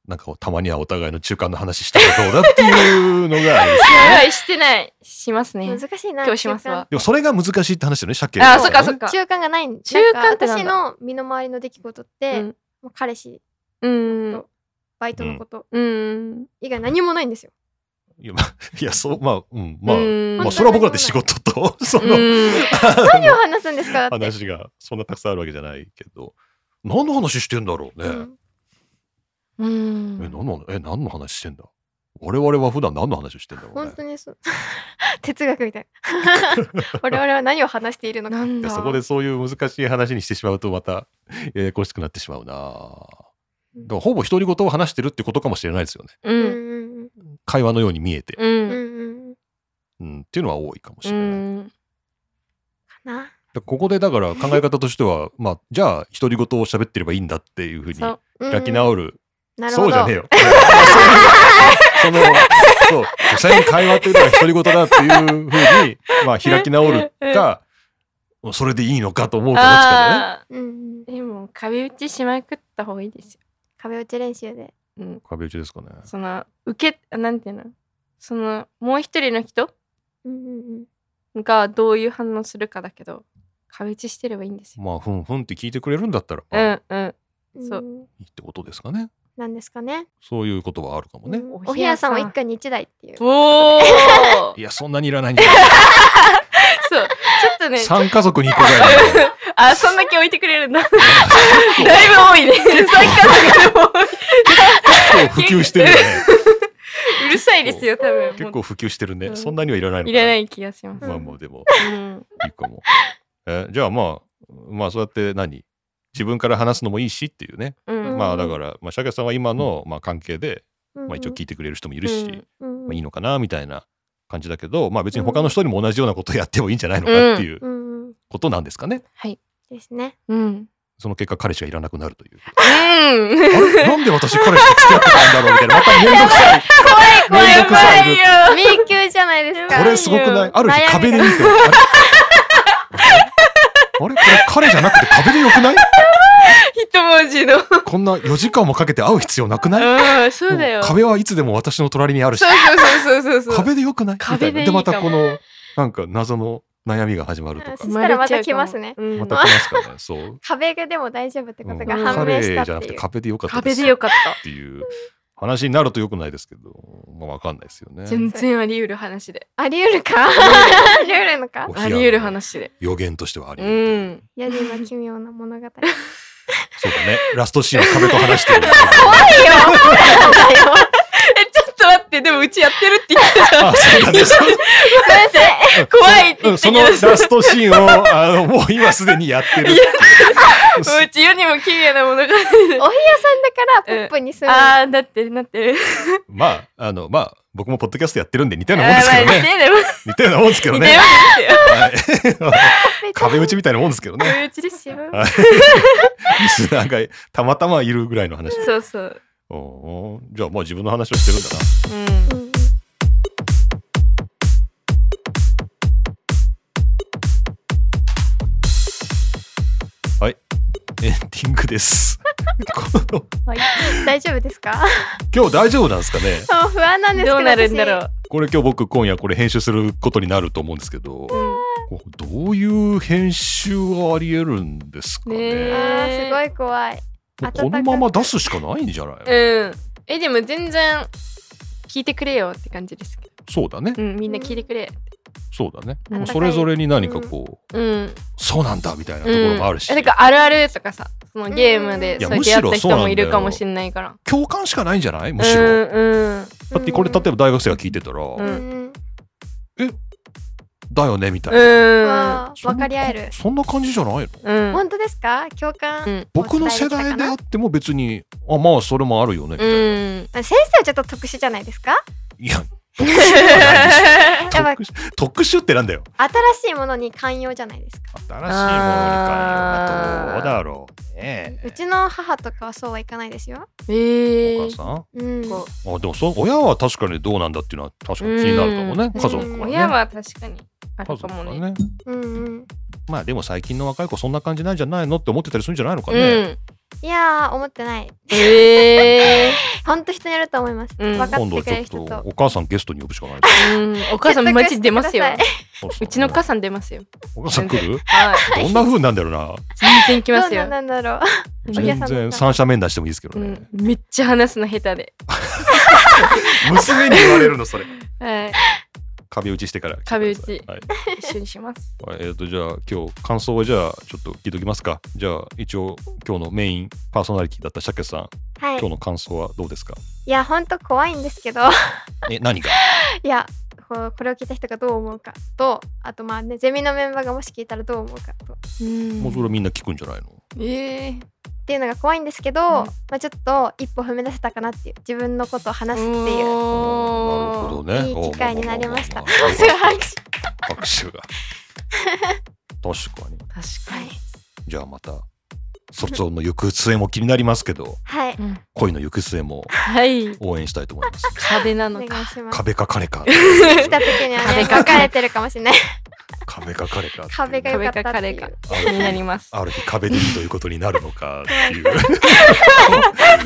Speaker 1: なんかたまにはお互いの中間の話したらどうだっていうのがあ るし
Speaker 3: やばいしてないしますね
Speaker 2: 難しいな
Speaker 3: 今日しますわ
Speaker 1: でもそれが難しいって話だよね鮭
Speaker 3: あ
Speaker 1: の
Speaker 3: そっかそっか
Speaker 2: 中間中間がない
Speaker 3: 中間ってなん
Speaker 2: 私
Speaker 3: だ
Speaker 2: の身の回りの出来事って、もう彼氏
Speaker 3: うん
Speaker 2: バイトのこと
Speaker 3: うん
Speaker 2: 以外何もないんですよ
Speaker 1: いや、まあ、いやそう、まあ、うん、まあ、
Speaker 3: うん
Speaker 1: まあ、それは僕らって仕事と、その、
Speaker 3: うん
Speaker 1: あ
Speaker 2: 何を
Speaker 1: の
Speaker 2: 話すんですかだっ て、
Speaker 1: 話がそんなたくさんあるわけじゃないけど、何の話してんだろうね。
Speaker 2: うん
Speaker 1: え、
Speaker 3: うん
Speaker 1: 何の、え、何の話してんだ我々は普段何の話をしてんだろう
Speaker 2: 本
Speaker 1: ね
Speaker 2: 当。にそう哲 学みたいな我々は何を話しているのか
Speaker 3: なん
Speaker 1: い
Speaker 3: だ
Speaker 1: やそこでそういう難しい話にしてしまうとまたややこしくなってしまうなだからほぼ独り言を話してるってことかもしれないですよね
Speaker 3: う
Speaker 2: うんん
Speaker 1: 会話のように見えて、
Speaker 3: う
Speaker 2: うんうんん
Speaker 1: うん、っていうのは多いかもし
Speaker 3: う
Speaker 1: れない、
Speaker 3: ん
Speaker 2: かな
Speaker 1: だからここでだから考え方としてはまあじゃあ独り言を喋ってればいいんだっていうふうに
Speaker 3: そう
Speaker 1: 開き直る、
Speaker 2: なるほ
Speaker 1: そう
Speaker 2: ど
Speaker 1: じゃねえよそのそう女性に会話っていうのは独り言だっていうふうに、まあ、開き直るかそれでいいのかと思うかどっちかだね
Speaker 3: あ
Speaker 2: うんうん
Speaker 3: ーでも壁打ちしまくった方がいいですよ
Speaker 2: 壁打ち練習で
Speaker 3: うん
Speaker 1: 壁打ちですかね
Speaker 3: その受けなんていうのそのもう一人の人
Speaker 2: うんうんうん
Speaker 3: がどういう反応するかだけど壁打ちしてればいいんですよ
Speaker 1: まあふんふんって聞いてくれるんだったら、
Speaker 3: う
Speaker 1: あ
Speaker 3: んうんそうん
Speaker 1: いいってことですかね
Speaker 2: なんですかね
Speaker 1: そういうことはあるかもね。
Speaker 2: うん
Speaker 3: お
Speaker 2: お
Speaker 3: 部
Speaker 2: 部
Speaker 3: 屋
Speaker 2: 屋
Speaker 3: さ
Speaker 2: さ
Speaker 3: ん
Speaker 2: んは一家に一台っていう
Speaker 3: おおそう
Speaker 1: いや、そんなにいらないんじゃ ない
Speaker 3: ちょっとね
Speaker 1: 三家族に一個ぐらい なんだよ
Speaker 3: あそんだけ置いてくれるんだだいぶ多いね13家族でも多い
Speaker 1: 結構普及してるよね。
Speaker 3: うるさいですよ多分
Speaker 1: 結構普及してる
Speaker 3: う
Speaker 1: ね。
Speaker 3: ん
Speaker 1: そんなにはいらないの。
Speaker 3: いらないい気がします、
Speaker 1: まあもうでも、
Speaker 3: うん
Speaker 1: いいかも。えじゃあまあ、まあそうやって何自分から話すのもいいしっていうね。
Speaker 3: うん
Speaker 1: まあだから、まあ、シャケさんは今の、まあ、関係で、まあ、一応聞
Speaker 2: い
Speaker 1: いてくれる人もいるし、
Speaker 3: うん
Speaker 1: まあ、いい
Speaker 2: の
Speaker 1: のかなみたいな感じだけど、まあ別に他の人にも同じようなことをやってもいいんじゃないのかっていう
Speaker 2: うんうん
Speaker 1: ことなんですかね。
Speaker 3: はい
Speaker 2: ですね
Speaker 3: うん
Speaker 1: その結果彼氏がいらなくなるという。
Speaker 3: うん
Speaker 1: あれなんで私彼氏と付き合ってたんだろうみたいな。また面倒くさい。 怖い
Speaker 3: や
Speaker 1: 面倒くさ
Speaker 3: ば
Speaker 1: い
Speaker 3: いよ
Speaker 2: 迷宮じゃないです
Speaker 1: こ
Speaker 2: か
Speaker 1: れすごくないある日
Speaker 2: 悩み
Speaker 1: 壁で見てあれ あれこれ彼じゃなくて壁でよくない
Speaker 3: 一文字の
Speaker 1: こんな4時間もかけて会う必要なくない
Speaker 3: うんそうだよ
Speaker 1: もう壁はいつでも私の隣にあるし
Speaker 3: そうそうそうそうそう
Speaker 1: 壁でよくないみたいな
Speaker 3: 壁でい
Speaker 1: で
Speaker 3: いかも
Speaker 1: またこのなんか謎の悩みが始まるとか
Speaker 2: そしたらまた来ますね
Speaker 3: うん
Speaker 1: また来ますからね そう、
Speaker 2: 壁がでも大丈夫ってこと
Speaker 1: うん
Speaker 2: が判明した
Speaker 1: 彼
Speaker 2: っ
Speaker 1: じゃなく
Speaker 2: て
Speaker 1: て
Speaker 2: いう
Speaker 1: 壁でよかったで
Speaker 3: 壁
Speaker 1: す
Speaker 3: でよかった
Speaker 1: っていう話になるとよくないですけどまあわかんないですよね
Speaker 3: 全然あり得る話で
Speaker 2: あり得るかあり得るのか
Speaker 1: お部屋
Speaker 3: あり得る話で
Speaker 1: 予言としてはあり
Speaker 3: う
Speaker 1: 得るというん
Speaker 2: 世には奇妙な物語
Speaker 1: そうだねラストシーンは壁と話して る
Speaker 3: えちょっと待ってでもうちやってるって言って
Speaker 1: あそう だねそう
Speaker 3: た怖いって
Speaker 1: う
Speaker 3: 言
Speaker 1: ん、
Speaker 3: っ
Speaker 1: そ
Speaker 3: て
Speaker 1: の
Speaker 3: た
Speaker 1: ラ
Speaker 3: けど
Speaker 1: ストシーンを、あの、もう今すでにやってる。
Speaker 3: うち世にも奇妙なものが
Speaker 2: お部屋さんだからポップにする
Speaker 3: ああだってなってる
Speaker 1: まあ、あの、まあ、僕もポッドキャストやってるんで似たようなもん
Speaker 3: あ
Speaker 1: ですけ
Speaker 3: ー
Speaker 1: ど
Speaker 3: まあ似
Speaker 1: ね。
Speaker 3: てる
Speaker 1: 似たようなもんですけど
Speaker 3: 似て
Speaker 1: ね
Speaker 3: る。
Speaker 1: はい壁打ちみたいなもんですけどね。
Speaker 3: 壁打ちですよ
Speaker 1: はいリスナーがたまたまいるぐらいの話。
Speaker 3: そうそう
Speaker 1: おーじゃあ、まあ自分の話をしてるんだな。
Speaker 3: うん
Speaker 2: うん
Speaker 1: エンディングです。この
Speaker 2: 大丈夫ですか
Speaker 1: 今日大丈夫なんですかね
Speaker 2: もう不安なんですけど
Speaker 3: どうなるんだろ
Speaker 2: 私
Speaker 3: う
Speaker 1: これ今日僕今夜これ編集することになると思うんですけど、こうどういう編集があり得るんですか
Speaker 3: ね
Speaker 1: ね。
Speaker 2: あーすごい怖い
Speaker 1: もうこのまま出すしかないんじゃない、
Speaker 3: うんえでも全然聞いてくれよって感じですけど
Speaker 1: そうだね。
Speaker 3: うんみんな聞いてくれ
Speaker 1: そうだね。
Speaker 3: うん
Speaker 1: まあそれぞれに何かこう、
Speaker 3: うん
Speaker 1: そうなんだみたいなところもあるし、
Speaker 3: うん、えなんかあるあるとかさそのゲームで
Speaker 2: い
Speaker 1: や
Speaker 3: そう出会っ
Speaker 1: むしろそ
Speaker 3: た
Speaker 1: う
Speaker 3: 人
Speaker 1: なんだよ
Speaker 3: もいるかもしれないから
Speaker 1: 共感しかないんじゃないむしろ、
Speaker 3: うんうん
Speaker 1: だってこれ例えば大学生が聞いてたら、
Speaker 3: うん
Speaker 2: うん
Speaker 1: だよねみたいな、
Speaker 3: うん
Speaker 2: あー
Speaker 1: そん
Speaker 2: 分
Speaker 1: な
Speaker 2: かり合える
Speaker 1: そんな感じじゃないの
Speaker 3: うん
Speaker 2: 本当ですか共感、
Speaker 3: うん
Speaker 1: 僕の世代であっても別にあまあそれもあるよねみたいな、
Speaker 3: うん
Speaker 2: あ先生はちょっと特殊じゃないですか
Speaker 1: い や特殊じゃないでしょ
Speaker 2: やっ
Speaker 1: 特殊特殊ってなんだよ
Speaker 2: ぱ新しいものに寛容じゃないですか、
Speaker 1: 新しいものに関与はどうだろうね
Speaker 2: うちの母とかはそうはいかないですよ
Speaker 3: え
Speaker 1: お
Speaker 3: ー
Speaker 1: 母、さ
Speaker 2: うん
Speaker 3: こ
Speaker 1: んあでもそう親は確かにどうなんだっていうのは確かに気になるかもね
Speaker 3: うん
Speaker 1: 家族
Speaker 3: う
Speaker 1: はね
Speaker 3: 親は確かにあ
Speaker 1: 家
Speaker 3: るか
Speaker 1: 族は
Speaker 3: もね
Speaker 1: ね
Speaker 2: うんうん
Speaker 1: まあでも最近の若い子そんな感じなんじゃないのって思ってたりするんじゃないのか
Speaker 3: う
Speaker 1: ね、
Speaker 3: ん
Speaker 2: いやー思ってない
Speaker 3: え
Speaker 2: 本当人によると思います、
Speaker 3: うん
Speaker 2: 分か
Speaker 1: 今
Speaker 2: っ
Speaker 1: 度は
Speaker 2: てく
Speaker 1: ちょ
Speaker 2: れる
Speaker 1: っと
Speaker 2: 人と
Speaker 1: お母さんゲストに呼ぶしかない。
Speaker 3: ー、 うん、お母さんマジ出ますよ
Speaker 2: 説得
Speaker 1: そうそ
Speaker 2: してくだ
Speaker 1: う
Speaker 3: うちのお母さん出ますよ
Speaker 1: お母さん来る
Speaker 3: はい
Speaker 1: どんな風になんだろうな。
Speaker 3: 全然来ます
Speaker 2: ど
Speaker 3: よ
Speaker 2: う、なん だろうお母さん
Speaker 1: 全然三者面談してもいいですけど
Speaker 3: う
Speaker 1: ね
Speaker 3: ん。、めっちゃ話すの下手で
Speaker 1: 娘に言われるのそれ
Speaker 3: はい、
Speaker 1: 壁打ちしてから
Speaker 3: 壁打ち
Speaker 1: はい
Speaker 3: 一緒にします。
Speaker 1: えー、とじゃあ今日感想をじゃあちょっと聞いておきますかじゃあ一応今日のメインパーソナリティだったシャケさん
Speaker 2: はい
Speaker 1: 今日の感想はどうですか
Speaker 2: いやほんと怖いんですけど
Speaker 1: え何が
Speaker 2: いやこうこれを聞いた人がどう思うかとあとまあねゼミのメンバーがもし聞いたらどう思うかとっ
Speaker 3: うん
Speaker 1: もうそれみんな聞くんじゃないの
Speaker 3: ええ
Speaker 2: ていうのが怖いんですけど、まあ、ちょっと一歩踏み出せたかなっていう自分のことを話すっていう
Speaker 1: なるほどね
Speaker 2: いい機会になりました
Speaker 1: おー
Speaker 2: すごい拍手
Speaker 1: 拍手が確かに
Speaker 3: 確かに。
Speaker 1: じゃあまた卒論の行く末も気になりますけど
Speaker 2: はい
Speaker 3: うん
Speaker 1: 恋の行く末も
Speaker 3: はい。
Speaker 1: 応援したいと思います
Speaker 3: 壁な
Speaker 2: お願
Speaker 3: の
Speaker 2: い
Speaker 3: か。
Speaker 2: します
Speaker 1: 壁か彼か
Speaker 2: 来た時にはね
Speaker 3: 壁が
Speaker 2: 分かれてるかもしれない
Speaker 1: 壁か彼かっていう
Speaker 2: 壁が良かったってい
Speaker 3: 壁が
Speaker 2: う
Speaker 1: あ
Speaker 3: 気にな
Speaker 1: る
Speaker 3: ります。
Speaker 1: ある日壁でいいということになるのかっていう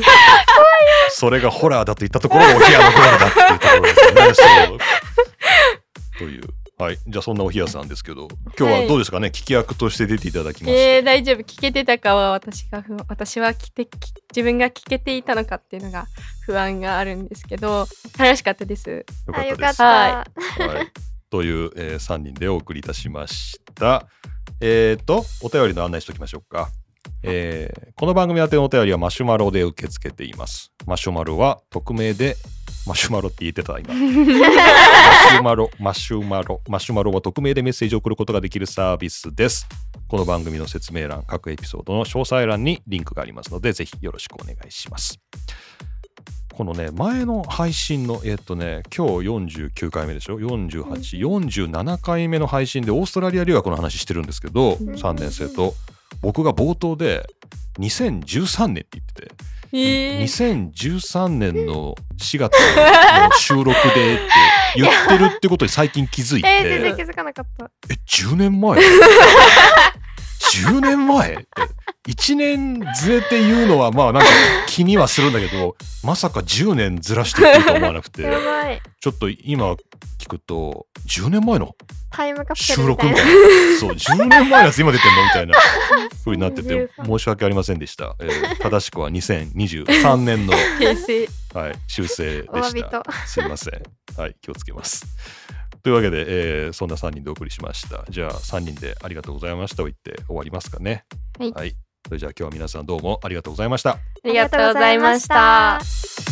Speaker 1: それがホラーだと言ったところがお冷やのホラーだっていうところですよねそう。という。はい、じゃあそんなお冷やさんですけど今日はどうですかね、聞き役として出ていただきまし
Speaker 3: え
Speaker 1: て、
Speaker 3: ー、大丈夫聞けてたかは私が不私は聞てき自分が聞けていたのかっていうのが不安があるんですけど楽しかったです。
Speaker 1: よ
Speaker 2: あ
Speaker 1: かった
Speaker 2: よか
Speaker 1: で
Speaker 2: っ
Speaker 1: す。
Speaker 2: た、
Speaker 3: は
Speaker 1: はい、という、え3人でお送りいたしました。えっ、と、お便りの案内しておきましょうか。えーこの番組宛てのお便りはマシュマロで受け付けています。マシュマロは匿名で、マシュマロって言ってた、今。マシュマロ、マシュマロ、マシュマロは匿名でメッセージを送ることができるサービスです。この番組の説明欄、各エピソードの詳細欄にリンクがありますので、ぜひよろしくお願いします。このね、前の配信の、えっとね、今日49回目でしょ、48、47回目の配信でオーストラリア留学の話してるんですけど、
Speaker 3: ん
Speaker 1: 3年生と、僕が冒頭で、2013年って言ってて、
Speaker 3: えー、
Speaker 1: 2013年の4月の収録でって言ってるってことに最近気づいて、
Speaker 2: えー、全然気づかなかった
Speaker 1: え、10年前 ?10 年前って1年ずれて言うのはまあなんか気にはするんだけどまさか10年ずらしてくると思わなくて
Speaker 2: やばい
Speaker 1: ちょっと今聞くと10年前の
Speaker 2: タイムカプセ
Speaker 1: 収
Speaker 2: ルみ
Speaker 1: 録
Speaker 2: た
Speaker 1: み
Speaker 2: い
Speaker 1: た
Speaker 2: ない
Speaker 1: なそう10年前のやつ今出てんのみたいな風にな ってて
Speaker 2: 2013
Speaker 1: 申し訳ありませんでした、えー正しくは2023年の、
Speaker 3: 訂正
Speaker 1: はい、修正で
Speaker 2: お詫
Speaker 1: し
Speaker 2: び
Speaker 1: た
Speaker 2: と
Speaker 1: すいません。はい、気をつけます。というわけで、えーそんな3人でお送りしました。じゃあ3人でありがとうございましたを言って終わりますかね。
Speaker 3: はい
Speaker 1: それじゃあ今日は皆さんどうもありがとうございました。
Speaker 3: ありがとうございました。